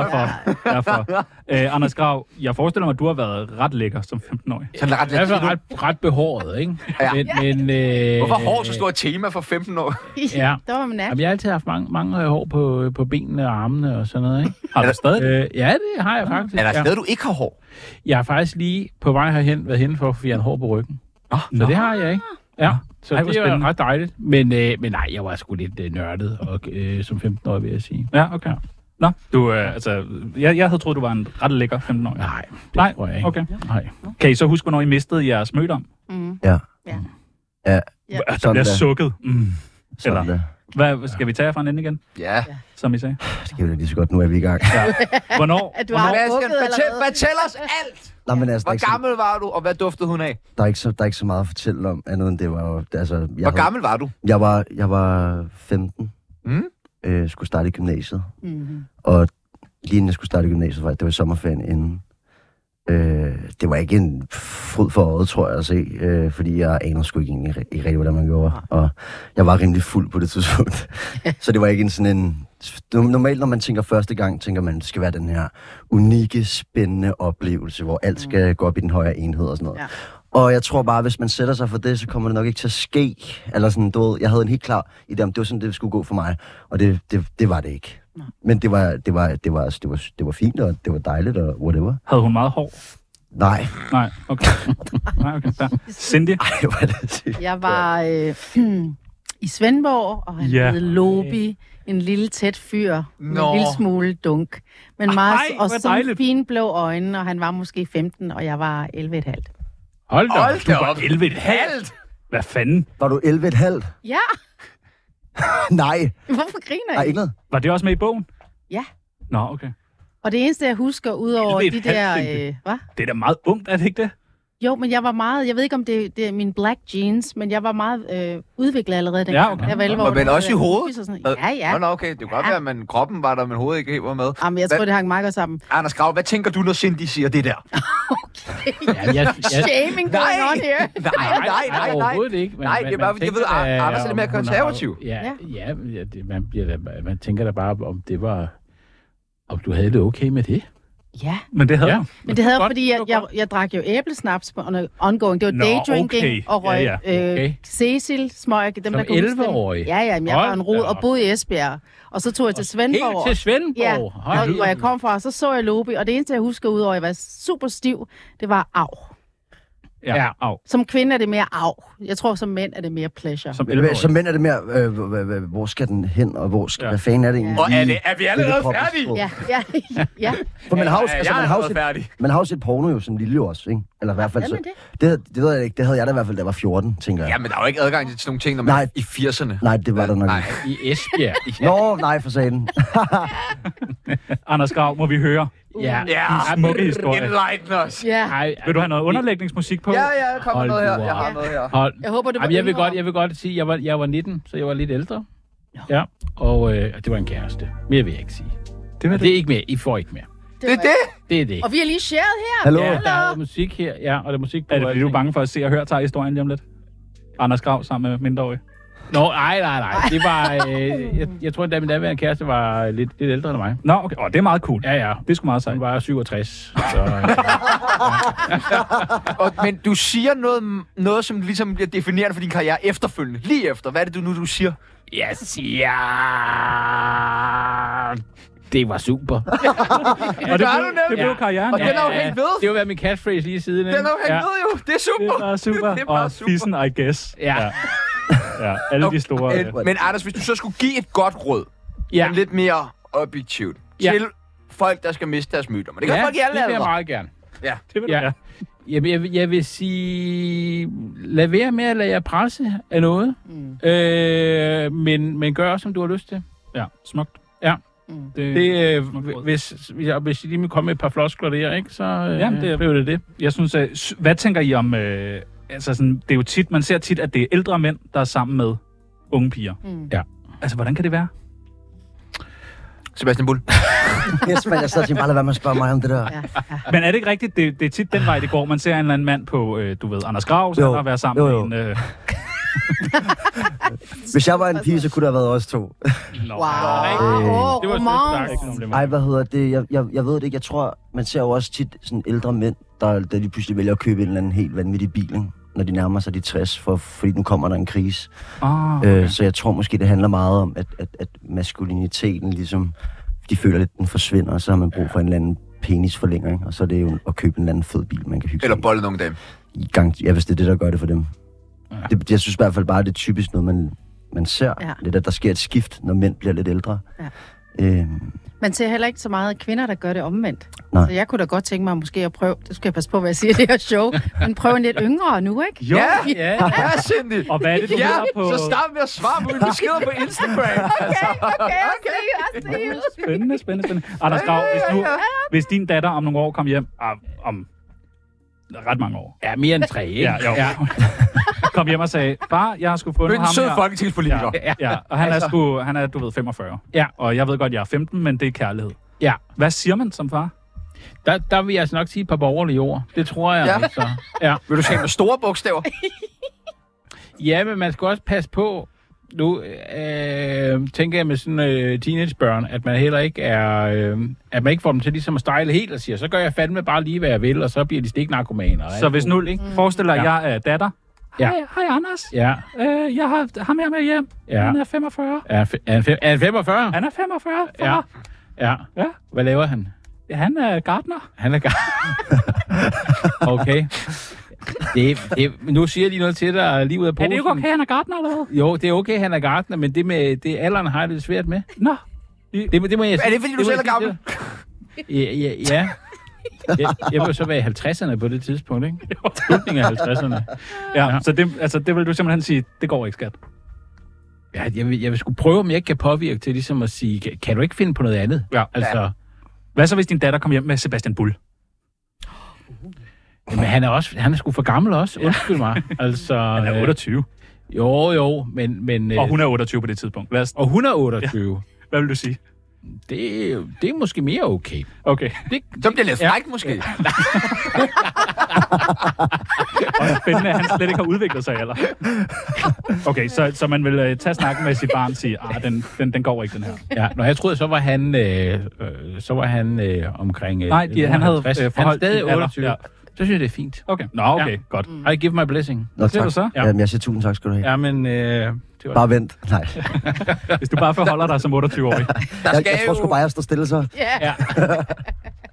Speaker 2: Jeg er
Speaker 1: godt.
Speaker 2: for. Jeg er for. Øh, Anders Grav, jeg forestiller mig, at du har været ret lækker som 15-årig.
Speaker 1: Sådan ret
Speaker 5: I hvert
Speaker 1: lidt.
Speaker 5: fald ret, ret behåret, ikke?
Speaker 1: Ja.
Speaker 5: Men, men, øh,
Speaker 1: Hvorfor hår så stort tema for 15 år?
Speaker 5: Ja.
Speaker 3: Der var man nat.
Speaker 5: Jamen, jeg har altid haft mange, mange hår på, på benene og armene og sådan noget, ikke?
Speaker 2: Har du stadig det? Ah.
Speaker 5: øh, ja, det har jeg faktisk.
Speaker 1: Er der
Speaker 5: ja.
Speaker 1: stadig, du ikke har hår?
Speaker 5: Jeg har faktisk lige på vej herhen været henne for at få fjernet hår på ryggen. Så det har jeg, ikke? Ja, så
Speaker 2: Ej,
Speaker 5: Ej,
Speaker 2: hvor
Speaker 5: det er
Speaker 2: spændende.
Speaker 5: ret dejligt. Men, øh, men nej, jeg var sgu lidt øh, nørdet og, øh, som 15-årig, vil jeg sige.
Speaker 2: Ja, okay. Nå, du, øh, altså, jeg, jeg havde troet, du var en ret lækker 15-årig.
Speaker 5: Nej, det
Speaker 2: Nej,
Speaker 5: tror jeg ikke.
Speaker 2: okay.
Speaker 5: Nej.
Speaker 2: Kan I så huske, hvornår I mistede jeres mødom?
Speaker 3: Mm.
Speaker 4: Ja.
Speaker 3: Ja.
Speaker 4: Ja.
Speaker 3: Ja.
Speaker 2: Der
Speaker 4: Sådan
Speaker 2: bliver
Speaker 4: der.
Speaker 2: sukket. Mm.
Speaker 4: Sådan
Speaker 2: Eller-
Speaker 4: der.
Speaker 2: Hvad, skal vi tage jer fra en ende igen,
Speaker 1: Ja.
Speaker 2: som I sagde?
Speaker 4: Det kan vi da lige så godt, nu er vi i gang.
Speaker 2: Hvornår?
Speaker 3: At du har
Speaker 1: Sebastian,
Speaker 3: drukket
Speaker 1: fortæl,
Speaker 3: allerede.
Speaker 1: fortæl os alt!
Speaker 4: Nej, men altså, der er, ikke
Speaker 1: Hvor
Speaker 4: så,
Speaker 1: gammel var du, og hvad duftede hun af?
Speaker 4: der, er ikke så, der er ikke så meget at fortælle om, andet end det var jo... Altså, jeg
Speaker 1: Hvor
Speaker 4: havde-
Speaker 1: gammel var du?
Speaker 4: Jeg var, jeg var 15.
Speaker 1: Mm.
Speaker 4: Øh, skulle starte i gymnasiet.
Speaker 3: Mhm.
Speaker 4: Og lige inden jeg skulle starte i gymnasiet, var det var i sommerferien inden. Øh, det var ikke en fryd for øjet, tror jeg, at se. Øh, fordi jeg aner sgu ikke egentlig ri- ikke rigtig, hvordan man gjorde. Og jeg var rimelig fuld på det tidspunkt. Så det var ikke en sådan en... Normalt, når man tænker første gang, tænker man, det skal være den her unikke, spændende oplevelse, hvor alt skal gå op i den højere enhed og sådan noget.
Speaker 3: Ja.
Speaker 4: Ja. Og jeg tror bare, hvis man sætter sig for det, så kommer det nok ikke til at ske. Eller sådan, du ved, jeg havde en helt klar idé om, det var sådan, det skulle gå for mig. Og det, det, det var det ikke. Men det var, det, var, det, var, altså, det, var, det var fint, og det var dejligt, og whatever.
Speaker 2: Havde hun meget hår?
Speaker 4: Nej,
Speaker 2: Nej, okay. Nej, okay. Der. Cindy?
Speaker 4: ej, hvor er det altså sygt.
Speaker 3: Jeg var øh, i Svendborg, og han
Speaker 2: Ja.
Speaker 3: yeah. hed Lobi. En lille tæt fyr med
Speaker 1: Nå.
Speaker 3: en lille smule dunk. Men meget,
Speaker 2: Ej, hvor
Speaker 3: og så
Speaker 2: dejligt.
Speaker 3: fine blå øjne, og han var måske 15, og jeg var 11,5.
Speaker 5: Hold da.
Speaker 1: Hold
Speaker 5: Hold.
Speaker 1: da op.
Speaker 2: 11
Speaker 1: Alt!
Speaker 2: Hvad fanden?
Speaker 4: Var du 11,5?
Speaker 3: Ja,
Speaker 4: Nej,
Speaker 3: hvorfor griner
Speaker 4: nej,
Speaker 3: jeg?
Speaker 4: ikke noget.
Speaker 2: Var det også med i bogen?
Speaker 3: Ja.
Speaker 2: Nå, okay.
Speaker 3: Og det eneste, jeg husker, udover de
Speaker 2: 11,5,
Speaker 3: der...
Speaker 2: tænkte jeg.
Speaker 3: Øh, hvad?
Speaker 2: Det er da meget ungt, er det ikke det?
Speaker 3: Jo, men jeg var meget... Jeg ved ikke, om det, det er mine black jeans, men jeg var meget øh, udviklet allerede dengang.
Speaker 2: okay.
Speaker 3: Jeg var 11
Speaker 1: Men
Speaker 3: år,
Speaker 1: vel
Speaker 3: der
Speaker 1: også i
Speaker 3: havde jeg
Speaker 1: hovedet?
Speaker 3: pubis øh, og sådan
Speaker 1: Hvad?
Speaker 3: noget. Ja, ja.
Speaker 1: Nå, nå, okay. Det kan godt
Speaker 3: Ja.
Speaker 1: være, at man- kroppen var der, men hovedet ikke helt var med.
Speaker 3: Jamen, jeg
Speaker 1: Hvad-
Speaker 3: tror, det hang meget godt sammen.
Speaker 1: Anders Grav, hvad tænker du, når Cindy siger det der?
Speaker 5: Ja, jeg, jeg,
Speaker 3: Shaming going on here.
Speaker 1: Nej, nej, nej, nej.
Speaker 5: Overhovedet ikke.
Speaker 1: Nej, det er bare, fordi jeg
Speaker 5: tænker
Speaker 1: ved,
Speaker 5: da,
Speaker 1: Ar- Anders er lidt
Speaker 5: om
Speaker 1: mere
Speaker 5: hun har-
Speaker 1: konservativ.
Speaker 5: Ja, ja ja, det, man, bliver da, man tænker da bare, om det var... Om du havde det okay med det?
Speaker 3: Ja,
Speaker 2: Men det havde
Speaker 5: Ja.
Speaker 2: hun.
Speaker 3: men det havde jeg,
Speaker 5: Godt,
Speaker 3: fordi jeg,
Speaker 5: det var
Speaker 3: jeg, jeg drak jo æblesnaps på on- ongoing. Det var
Speaker 2: Nå,
Speaker 3: daydrinking
Speaker 2: okay.
Speaker 3: og røg
Speaker 2: Ja,
Speaker 3: ja,
Speaker 5: Okay.
Speaker 3: Øh, Cecil, smøg, dem
Speaker 5: Som
Speaker 3: der kunne huske det.
Speaker 5: 11-årig?
Speaker 3: Ja, ja, men jeg var
Speaker 5: Hold
Speaker 3: en rod
Speaker 5: da
Speaker 3: og
Speaker 5: op.
Speaker 3: boede i Esbjerg. Og så tog jeg til Svendborg.
Speaker 5: Helt til Svendborg.
Speaker 3: Ja,
Speaker 5: Hold
Speaker 3: og, hvor
Speaker 5: da
Speaker 3: jeg kom fra, så så jeg Lobi, og det eneste, jeg husker, udover at jeg var super stiv, det var af.
Speaker 2: Ja. ja. Au.
Speaker 3: Som kvinde er det mere af. Jeg tror, som mænd er det mere pleasure.
Speaker 2: Som
Speaker 4: Men,
Speaker 2: 11
Speaker 4: så mænd er det mere, øh, hvor- hvor- hvor- hvor skal den hen, og hvor skal,
Speaker 2: Ja.
Speaker 4: ja. hvad fanden er det egentlig?
Speaker 1: Og er, det, er vi allerede
Speaker 4: Fylde kroppens
Speaker 1: færdige?
Speaker 4: sprog.
Speaker 3: Ja, ja, ja.
Speaker 4: For man har, jo-
Speaker 1: Ja,
Speaker 4: altså,
Speaker 1: jeg
Speaker 4: man
Speaker 1: er
Speaker 4: har jo
Speaker 1: allerede
Speaker 4: set-
Speaker 1: færdig.
Speaker 4: man har jo set porno jo som lille jo også, ikke? Eller i hvert fald
Speaker 3: Hvad
Speaker 4: så.
Speaker 3: med
Speaker 4: Det, det ved jeg ikke. Det havde jeg da i hvert fald, da jeg var 14, tænker jeg.
Speaker 1: Ja, men der er jo ikke adgang til sådan nogle ting, når man
Speaker 4: Nej.
Speaker 1: er i 80'erne.
Speaker 4: Nej, det var der nok
Speaker 1: Nej.
Speaker 4: ikke.
Speaker 5: I Esbjerg.
Speaker 4: Nå, nej for sagen.
Speaker 2: Anders Grav, må vi høre.
Speaker 1: Ah,
Speaker 5: Ja.
Speaker 1: Ja,
Speaker 2: smukke historie.
Speaker 1: enlighten os.
Speaker 3: ja.
Speaker 5: Ej,
Speaker 2: Vil du have noget underlægningsmusik på?
Speaker 1: Ja, ja, der kommer
Speaker 5: Hold
Speaker 1: noget her.
Speaker 5: nu
Speaker 1: Jeg har
Speaker 3: op.
Speaker 1: noget her.
Speaker 5: Hold.
Speaker 3: Jeg håber, det var
Speaker 5: Jamen, jeg, vil
Speaker 3: yngre.
Speaker 5: godt, jeg vil godt sige, jeg var, jeg var 19, så jeg var lidt ældre. Ja. Og øh, det var en kæreste. Mere vil jeg ikke sige.
Speaker 2: Det var
Speaker 5: Det er
Speaker 2: det.
Speaker 5: ikke mere. I får ikke mere.
Speaker 1: Det er det.
Speaker 5: Det er det.
Speaker 3: Og vi er lige shared her.
Speaker 4: Hallo?
Speaker 5: Ja, der er musik her. Ja, og der er musik på.
Speaker 2: Er det, fordi du er
Speaker 5: alting.
Speaker 2: bange for at se og høre tager historien lige om lidt? Anders Grav sammen med mindreårige.
Speaker 5: Nå, nej, nej, nej. Det var, øh, jeg, jeg tror endda, min daværende kæreste var lidt, lidt ældre end mig.
Speaker 2: Nå, okay. Åh, det er meget cool.
Speaker 5: Ja, ja.
Speaker 2: Det er sgu meget sejt.
Speaker 5: Hun var 67. Så, øh,
Speaker 1: Og, men du siger noget, noget, som ligesom bliver definerende for din karriere efterfølgende. Lige efter. Hvad er det du nu, du siger?
Speaker 5: yes, ja. Det var super.
Speaker 2: Og det
Speaker 1: gør
Speaker 2: blev,
Speaker 1: du nemlig.
Speaker 2: det blev
Speaker 5: Ja.
Speaker 2: karrieren.
Speaker 1: Og den er jo hængt ved.
Speaker 5: Det var været min catchphrase lige siden.
Speaker 1: Den er jo hængt ved jo. Det er
Speaker 2: Det
Speaker 1: super.
Speaker 2: er bare super.
Speaker 1: Det er bare
Speaker 2: Og
Speaker 1: super.
Speaker 2: fissen, I guess.
Speaker 5: Ja.
Speaker 2: Ja, ja. alle de store... øh,
Speaker 1: Men Anders, hvis du så skulle give et godt råd,
Speaker 5: Ja.
Speaker 1: ja. lidt mere objektivt,
Speaker 5: Ja.
Speaker 1: til folk, der skal miste deres myter. Men det kan
Speaker 5: ja,
Speaker 1: folk i alle
Speaker 5: det vil jeg
Speaker 1: aldre.
Speaker 5: meget gerne.
Speaker 1: Ja.
Speaker 2: Det vil du
Speaker 5: Ja.
Speaker 2: gerne.
Speaker 5: Jamen, jeg, vil- jeg vil sige, lad være med at lade jer presse af noget, mm. øh, men, men gør, som du har lyst til.
Speaker 2: Ja, smukt.
Speaker 5: Ja.
Speaker 3: Mm.
Speaker 2: Det, det,
Speaker 5: Det, øh,
Speaker 2: smukt råd.
Speaker 5: hvis, hvis, jeg, hvis I lige vil komme med et par floskler der, ikke, så øh,
Speaker 2: Jamen, det-
Speaker 5: blev det det.
Speaker 2: jeg synes, øh, s- hvad tænker I om... Øh, altså sådan, det er jo tit, man ser tit, at det er ældre mænd, der er sammen med unge piger.
Speaker 3: Mm.
Speaker 5: Ja.
Speaker 2: Altså, hvordan kan det være?
Speaker 1: Sebastian Bull.
Speaker 4: Yes, men jeg sad og tænkte bare, lad være med at spørge mig om det der.
Speaker 3: Ja, ja.
Speaker 2: Men er det ikke rigtigt, det, det er tit den vej, det går. Man ser en eller anden mand på, øh, du ved, Anders Grav, så
Speaker 4: Jo.
Speaker 2: han har været sammen
Speaker 4: Jo,
Speaker 2: med
Speaker 4: jo.
Speaker 2: en... Øh,
Speaker 4: Hvis jeg var en pige, så kunne der have været os to.
Speaker 2: Nå.
Speaker 3: Wow.
Speaker 5: rigtigt.
Speaker 3: Åh,
Speaker 5: Det var
Speaker 3: romance.
Speaker 5: sødt sagt.
Speaker 4: Ej, hvad hedder det? Jeg, jeg, jeg ved det ikke. Jeg tror, man ser jo også tit sådan ældre mænd, der, der lige pludselig vælger at købe en eller anden helt vanvittig bil, ikke? når de nærmer sig de 60, for, fordi nu kommer der en krise.
Speaker 2: Ah,
Speaker 4: Okay. Øh, så jeg tror måske, det handler meget om, at, at, at maskuliniteten ligesom, de føler lidt, den forsvinder, og så har man brug for en eller anden penisforlænger, ikke? og så er det jo at købe en eller anden fed bil, man kan hygge sig
Speaker 1: Eller
Speaker 4: i.
Speaker 1: bolle nogle dame.
Speaker 4: i gang. Ja, hvis det er det, der gør det for dem. Det, jeg synes i hvert fald bare, det er typisk noget, man, man ser.
Speaker 3: Ja.
Speaker 4: Ja. Lidt, at der sker et skift, når mænd bliver lidt ældre.
Speaker 3: Ja.
Speaker 4: Øhm,
Speaker 3: Man ser heller ikke så meget kvinder, der gør det omvendt.
Speaker 4: Nej.
Speaker 3: Så jeg kunne da godt tænke mig måske at prøve, det skal jeg passe på, hvad jeg siger i det her show, men prøve en lidt yngre nu, ikke?
Speaker 2: jo.
Speaker 1: Ja,
Speaker 5: Ja,
Speaker 1: ja, Cindy.
Speaker 2: Og hvad er det, du
Speaker 1: Ja,
Speaker 2: hedder på...
Speaker 1: så start med at svare på mine beskeder på Instagram.
Speaker 3: Okay, okay, okay. Også lige, også lige.
Speaker 2: Spændende, spændende, spændende. Anders Grav, hvis, nu, hvis din datter om nogle år kom hjem... Ah, om ret mange år.
Speaker 5: ja mere end tre, ikke?
Speaker 2: Ja, jo.
Speaker 5: Ja.
Speaker 2: Kom hjem og sagde, far, jeg har sgu
Speaker 1: Du
Speaker 2: fundet
Speaker 1: er en
Speaker 2: ham
Speaker 1: sød
Speaker 2: her.
Speaker 1: folketingspolitiker.
Speaker 2: Ja, ja, og han
Speaker 5: Altså-
Speaker 2: er, sgu, han er, du ved, 45.
Speaker 5: Ja.
Speaker 2: Og jeg ved godt, jeg er 15, men det er kærlighed.
Speaker 5: ja.
Speaker 2: Hvad siger man som far?
Speaker 5: Der, der vil jeg altså nok sige et par borgerlige ord. Det tror jeg.
Speaker 1: Ja.
Speaker 5: Altså. Ja.
Speaker 1: Vil du sige med store bogstaver?
Speaker 5: ja, men man skal også passe på, nu øh, tænker jeg med sådan øh, teenagebørn, at man heller ikke er, øh, at man ikke får dem til ligesom at stejle helt og siger, så gør jeg fandme bare lige, hvad jeg vil, og så bliver de stiknarkomaner. og
Speaker 2: Så
Speaker 5: alt
Speaker 2: hvis nu,
Speaker 5: muligt,
Speaker 2: ikke? Forestil dig, at
Speaker 5: Ja.
Speaker 2: jeg er datter.
Speaker 5: Ja.
Speaker 2: Hej, hej Anders.
Speaker 5: Ja,
Speaker 2: Øh, jeg har ham her med hjem.
Speaker 5: Ja.
Speaker 2: Han er 45.
Speaker 5: er han fe- er han fe- er han 45?
Speaker 2: Han er 45, far.
Speaker 5: Ja. Ja.
Speaker 2: Ja.
Speaker 5: Hvad laver han?
Speaker 2: Han er gartner.
Speaker 5: Han er gammel. okay. Det, det, men nu siger jeg lige noget til dig, lige ud af
Speaker 2: Er
Speaker 5: posen.
Speaker 2: det ikke okay, han er gartner eller hvad?
Speaker 5: Jo, det er okay, han er gartner, men det med det alderen har jeg det lidt svært med.
Speaker 2: Nå.
Speaker 5: Det, må- det må jeg
Speaker 1: Er
Speaker 5: sige-
Speaker 1: det, fordi du
Speaker 5: må
Speaker 1: selv
Speaker 5: jeg
Speaker 1: er
Speaker 5: sige til dig. Ja, ja, ja. Jeg, jeg vil så være i 50'erne på det tidspunkt, ikke? Slutningen af 50'erne.
Speaker 2: Ja, ja. så det, altså, det vil du simpelthen sige, det går ikke, skat.
Speaker 5: Ja, jeg, vil, jeg vil sgu prøve, om jeg ikke kan påvirke til ligesom at sige, kan, kan du ikke finde på noget andet?
Speaker 2: Ja.
Speaker 5: Altså,
Speaker 2: Hvad så, hvis din datter kom hjem med Sebastian Bull?
Speaker 5: men han er, også, han er sgu for gammel også, undskyld mig. Altså,
Speaker 2: Han er
Speaker 5: øh,
Speaker 2: 28,
Speaker 5: Jo, jo, men... men øh,
Speaker 2: og hun er 28 på det tidspunkt. Hvad,
Speaker 5: og 128.
Speaker 2: hvad vil du sige?
Speaker 5: Ja. Det, er jo- det er måske mere okay.
Speaker 2: Okay,
Speaker 5: Det,
Speaker 1: Så bliver det lidt frækt, måske.
Speaker 2: og spændende, at han slet ikke har udviklet sig eller. Okay, så, så man vil øh, tage snakken med sit barn og sige, ah, den, den, den går ikke, den her.
Speaker 5: ja, når jeg troede, så var han, øh, øh, så var han øh, omkring... Øh,
Speaker 2: Nej, de- han havde,
Speaker 5: 50.
Speaker 2: øh,
Speaker 5: han er
Speaker 2: forholdt
Speaker 5: stadig
Speaker 2: sin alder,
Speaker 5: 28.
Speaker 2: ja.
Speaker 5: Ja. Så synes jeg, det er fint.
Speaker 2: Okay, nå, okay,
Speaker 5: Ja.
Speaker 2: ja. godt.
Speaker 5: I give my blessing.
Speaker 4: Nå,
Speaker 2: Ser
Speaker 4: tak.
Speaker 2: du så?
Speaker 5: Ja.
Speaker 4: Ja. Jamen, jeg siger tusind tak skal du have. Ja.
Speaker 5: Ja, men... Øh, det var
Speaker 4: Bare vent. Nej.
Speaker 2: Hvis du bare forholder dig som
Speaker 1: Der
Speaker 2: 28-årig.
Speaker 4: Jeg,
Speaker 1: skal
Speaker 4: jeg tror sgu
Speaker 1: jo,
Speaker 4: bare, jeg står stille så.
Speaker 5: Ja.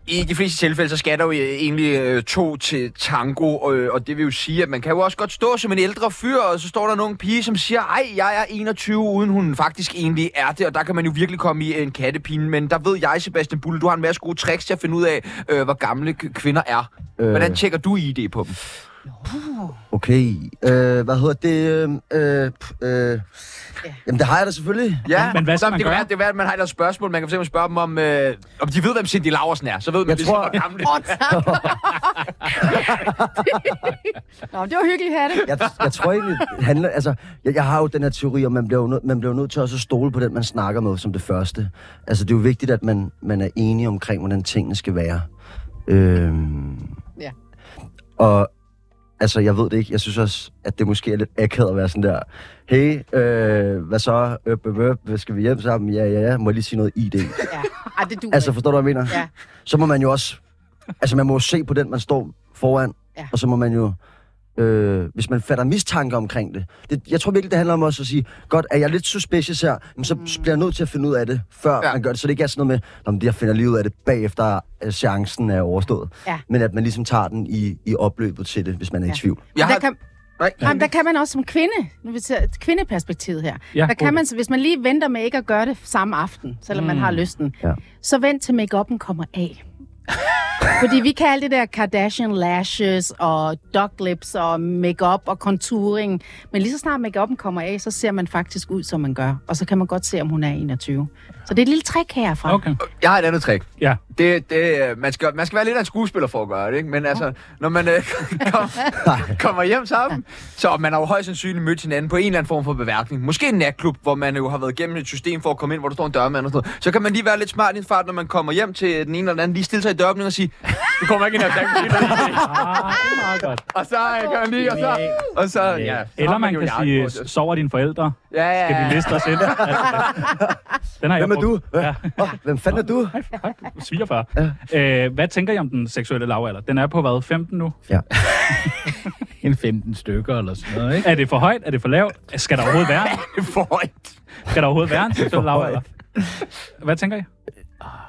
Speaker 1: I de fleste tilfælde, så skal der jo egentlig øh, to til tango, øh, og det vil jo sige, at man kan jo også godt stå som en ældre fyr, og så står der nogen pige, som siger, ej, jeg er 21, uden hun faktisk egentlig er det, og der kan man jo virkelig komme i en kattepine, men der ved jeg, Sebastian Bulle, du har en masse gode tricks til at finde ud af, øh, hvor gamle k- kvinder er.
Speaker 4: Øh.
Speaker 1: Hvordan tjekker du ID på dem?
Speaker 4: Okay. Øh, hvad hedder det? Øh, øh, øh. Jamen, det har jeg da selvfølgelig.
Speaker 1: Ja,
Speaker 2: men hvad skal
Speaker 1: Nå,
Speaker 2: man
Speaker 1: det kan
Speaker 2: gøre?
Speaker 1: Være, det kan være, at man har et eller andet spørgsmål. Man kan fx spørge dem, om, øh, om de ved, hvem Cindy Laversen er. Så ved man,
Speaker 4: Jeg
Speaker 1: det
Speaker 4: tror-
Speaker 1: er gamle.
Speaker 3: Åh, tak. Nå, det var hyggeligt at have det.
Speaker 4: Jeg, jeg tror egentlig, det handler, altså, jeg, jeg har jo den her teori, og man bliver, jo nød, man bliver jo nødt til også at stole på den, man snakker med som det første. Altså, det er jo vigtigt, at man, man er enig omkring, hvordan tingene skal være. Øhm,
Speaker 3: Ja.
Speaker 4: Og altså, jeg ved det ikke. Jeg synes også, at det måske er lidt akavet at være sådan der, hey, øh, hvad så? Øp, øp, øp. Skal vi hjem sammen? Ja, ja, ja. Må jeg lige sige noget ID?
Speaker 3: Ja. Ej, det duer
Speaker 4: Altså,
Speaker 3: ikke.
Speaker 4: forstår du, hvad jeg mener?
Speaker 3: Ja.
Speaker 4: Så må man jo også... Altså, man må jo se på den, man står foran.
Speaker 3: Ja.
Speaker 4: Og så må man jo... Øh, hvis man fatter mistanke omkring det. det. Jeg tror virkelig, det handler om også at sige, godt, er jeg lidt suspicious her, men så mm. bliver jeg nødt til at finde ud af det, før
Speaker 1: Ja.
Speaker 4: ja. man gør det. Så det ikke er sådan noget med, "Nå, men jeg finder lige ud af det bagefter, at chancen er overstået.
Speaker 3: Ja.
Speaker 4: Men at man ligesom tager den i, i opløbet til det, hvis man er i
Speaker 3: Ja.
Speaker 4: tvivl.
Speaker 1: Jeg
Speaker 3: der,
Speaker 1: har...
Speaker 3: kan,
Speaker 1: Nej.
Speaker 3: jamen, der kan man også som kvinde, nu vil jeg kvindeperspektivet her,
Speaker 2: Ja,
Speaker 3: der
Speaker 2: god
Speaker 3: kan man, så, hvis man lige venter med ikke at gøre det samme aften, selvom mm. man har lysten,
Speaker 4: Ja.
Speaker 3: så vent til makeupen kommer af. Fordi vi kan alt det der Kardashian lashes og dog lips og makeup og contouring. Men lige så snart makeupen kommer af, så ser man faktisk ud, som man gør. Og så kan man godt se, om hun er 21. Så det er et lille trick herfra.
Speaker 2: Okay.
Speaker 1: Jeg har et andet trick.
Speaker 2: Ja.
Speaker 1: Det, det, øh, man, skal, man skal være lidt af en skuespiller for at gøre det, ikke? Men altså, når man øh, kom, kommer hjem sammen, så man har jo højst sandsynligt mødt hinanden på en eller anden form for beværkning. Måske en natklub, hvor man jo har været igennem et system for at komme ind, hvor der står en dørmand og sådan noget. Så kan man lige være lidt smart i en fart, når man kommer hjem til den ene eller den anden, lige stille sig i døråbningen og sige, Du kommer ikke ind og danser.
Speaker 2: Ah, det er meget godt.
Speaker 1: Og så øh, gør han lige, og så... Og så ja. så har
Speaker 2: Øh, Eller man
Speaker 1: jo
Speaker 2: kan
Speaker 1: jagt
Speaker 2: sige,
Speaker 1: på det.
Speaker 2: sover dine forældre?
Speaker 1: Ja, ja,
Speaker 2: Skal
Speaker 1: ja.
Speaker 2: vi liste os ind? Altså, den har jeg
Speaker 4: Hvem er du?
Speaker 2: brugt.
Speaker 4: Hva-
Speaker 2: Ja.
Speaker 4: Åh, Hvem fanden er du?
Speaker 2: Hej, hej, svigerfar. Ja. Øh, hvad tænker I om den seksuelle lavalder? Den er på hvad, 15 nu?
Speaker 4: Ja.
Speaker 5: En 15 stykker eller sådan noget, ikke?
Speaker 2: Er det for højt? Er det for lavt? Skal der overhovedet være,
Speaker 1: For et-
Speaker 2: skal der overhovedet være en seksuel
Speaker 4: For højt.
Speaker 2: lavalder? Hvad tænker I?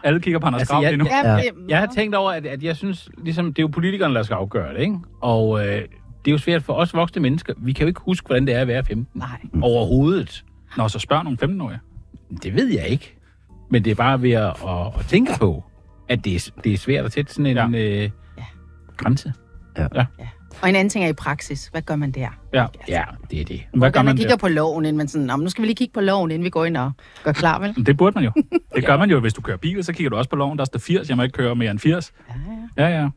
Speaker 2: Alle kigger på Anders
Speaker 5: Altså,
Speaker 2: Grav
Speaker 5: jeg-
Speaker 2: lige nu.
Speaker 5: jeg-
Speaker 4: Ja.
Speaker 3: det-
Speaker 5: Jeg har tænkt over, at, at jeg synes, ligesom, det er jo politikerne, der skal afgøre det, ikke? Og øh, det er jo svært for os voksne mennesker. Vi kan jo ikke huske, hvordan det er at være 15
Speaker 3: Nej.
Speaker 5: overhovedet.
Speaker 2: Nå, så spørg nogle 15-årige.
Speaker 5: Det ved jeg ikke. Men det er bare ved at, at, at tænke på, at det er, det er svært at sætte sådan en øh, grænse.
Speaker 3: Og en anden ting er i praksis. Hvad gør man der?
Speaker 2: Ja.
Speaker 5: Ja, det er det.
Speaker 2: Hvad gør
Speaker 3: man,
Speaker 2: man
Speaker 3: kigger
Speaker 2: der?
Speaker 3: på loven, inden man sådan, "Nå, men nu skal vi lige kigge på loven, inden vi går ind og gør klar, vel?
Speaker 2: Det burde man jo. Det gør man jo, hvis du kører bil, så kigger du også på loven. Der står 80, jeg må ikke køre mere end 80.
Speaker 3: Ja, ja.
Speaker 2: Ja, ja.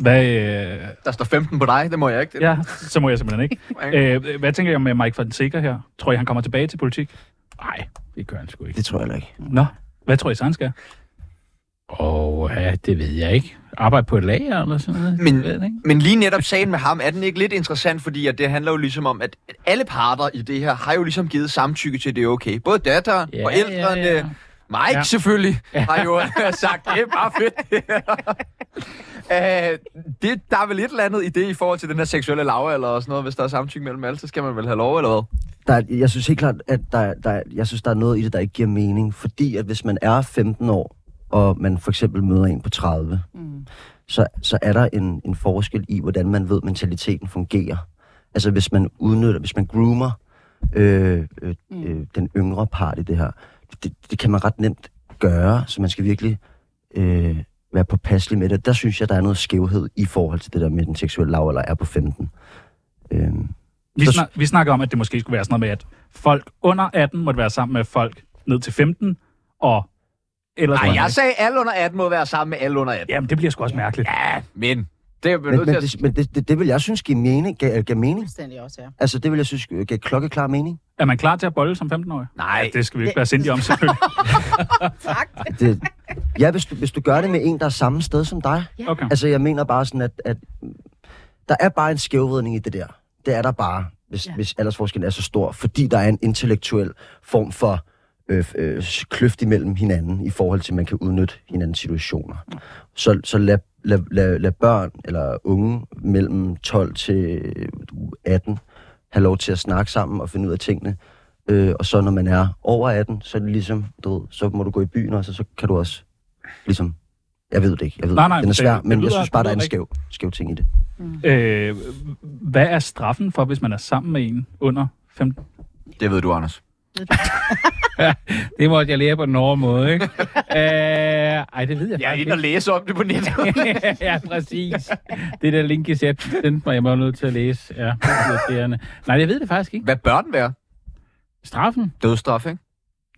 Speaker 2: Hvad, øh,
Speaker 1: Der står 15 på dig, det må jeg ikke.
Speaker 2: ja, så må jeg simpelthen ikke. Øh, hvad tænker jeg med Mike Fonseca her? Tror I, han kommer tilbage til politik?
Speaker 5: Nej, det gør han sgu ikke.
Speaker 4: Det tror jeg heller ikke.
Speaker 3: Mm.
Speaker 2: Nå, hvad tror I, så han skal?
Speaker 5: Og ja, det ved jeg ikke. Arbejde på et lager eller sådan noget.
Speaker 1: Men-
Speaker 5: Jeg ved det ikke.
Speaker 1: Men lige netop sagen med ham, er den ikke lidt interessant, fordi at det handler jo ligesom om, at at alle parter i det her har jo ligesom givet samtykke til, at det er okay. Både datteren,
Speaker 5: Ja,
Speaker 1: forældrene,
Speaker 5: ja, ja.
Speaker 1: Mike ja.
Speaker 5: Ja.
Speaker 1: selvfølgelig, har jo sagt, det er bare fedt. Æh, det, der er vel et eller andet i det i forhold til den her seksuelle lave eller sådan noget. Hvis der er samtykke mellem alle, så skal man vel have lov, eller hvad?
Speaker 4: Der er, jeg synes helt klart, at der, der, er- jeg synes, der er noget i det, der ikke giver mening. Fordi at hvis man er 15 år, og man for eksempel møder en på 30,
Speaker 3: Mm.
Speaker 4: så, så er der en, en forskel i, hvordan man ved, mentaliteten fungerer. Altså hvis man udnytter, hvis man groomer øh, øh, øh, den yngre part i det her, det, det kan man ret nemt gøre, så man skal virkelig øh, være påpasselig med det. Der synes jeg, der er noget skævhed i forhold til det der med den seksuelle lavalder er på 15. Øh,
Speaker 2: Vi,
Speaker 4: Så-
Speaker 2: snak, vi snakker om, at det måske skulle være sådan noget med, at folk under 18 måtte være sammen med folk ned til 15, og ellers...
Speaker 1: Nej, jeg sagde, at alle under 18 må være sammen med alle under 18.
Speaker 2: Jamen, det bliver sgu også mærkeligt.
Speaker 1: Ja, men det er vi
Speaker 4: men
Speaker 1: nødt
Speaker 4: men,
Speaker 1: til at...
Speaker 4: det, men det, det, det vil jeg synes giver mening. Gav, gav mening.
Speaker 3: Fuldstændig også, ja.
Speaker 4: Altså det vil jeg synes gav klokkeklar mening.
Speaker 2: Er man klar til at bolle som 15-årig?
Speaker 1: Nej,
Speaker 2: Det skal vi ikke være sindige om, selvfølgelig.
Speaker 3: Tak.
Speaker 4: Det, ja, hvis du, hvis du gør det med en, der er samme sted som dig.
Speaker 2: Okay.
Speaker 4: Altså, jeg mener bare sådan, at, at der er bare en skævvridning i det der. Det er der bare, hvis,
Speaker 3: Ja.
Speaker 4: ja. hvis aldersforskellen er så stor, fordi der er en intellektuel form for øh, øh, s- kløft imellem hinanden, i forhold til, at man kan udnytte hinandens situationer. Så, så lad, lad, lad, lad børn eller unge mellem 12 til øh, 18 have lov til at snakke sammen og finde ud af tingene. Øh, og så når man er over 18, så er det ligesom, du ved, så må du gå i byen også, og så kan du også ligesom... Jeg ved det ikke. Jeg ved,
Speaker 2: Nej,
Speaker 4: det
Speaker 2: nej,
Speaker 4: ikke. den er
Speaker 2: det-
Speaker 4: svær,
Speaker 2: det
Speaker 4: men jeg
Speaker 2: lyder-
Speaker 4: synes bare,
Speaker 2: det
Speaker 4: der er en
Speaker 2: lyder
Speaker 4: skæv, skæv ting i det.
Speaker 2: Øh, hvad er straffen for, hvis man er sammen med en under 15?
Speaker 1: det ved du, Anders.
Speaker 5: Det måtte jeg lære på den hårde måde, ikke? øh, ej, det ved jeg
Speaker 1: Jeg er
Speaker 5: faktisk
Speaker 1: inde og læse om det på nettet.
Speaker 5: ikke. ja, præcis. Det der link, jeg sendte mig, jeg var nødt til at læse. Ja, det er irriterende. Nej, jeg ved det faktisk ikke.
Speaker 1: Hvad bør den være?
Speaker 5: Straffen?
Speaker 1: Dødstraf, ikke?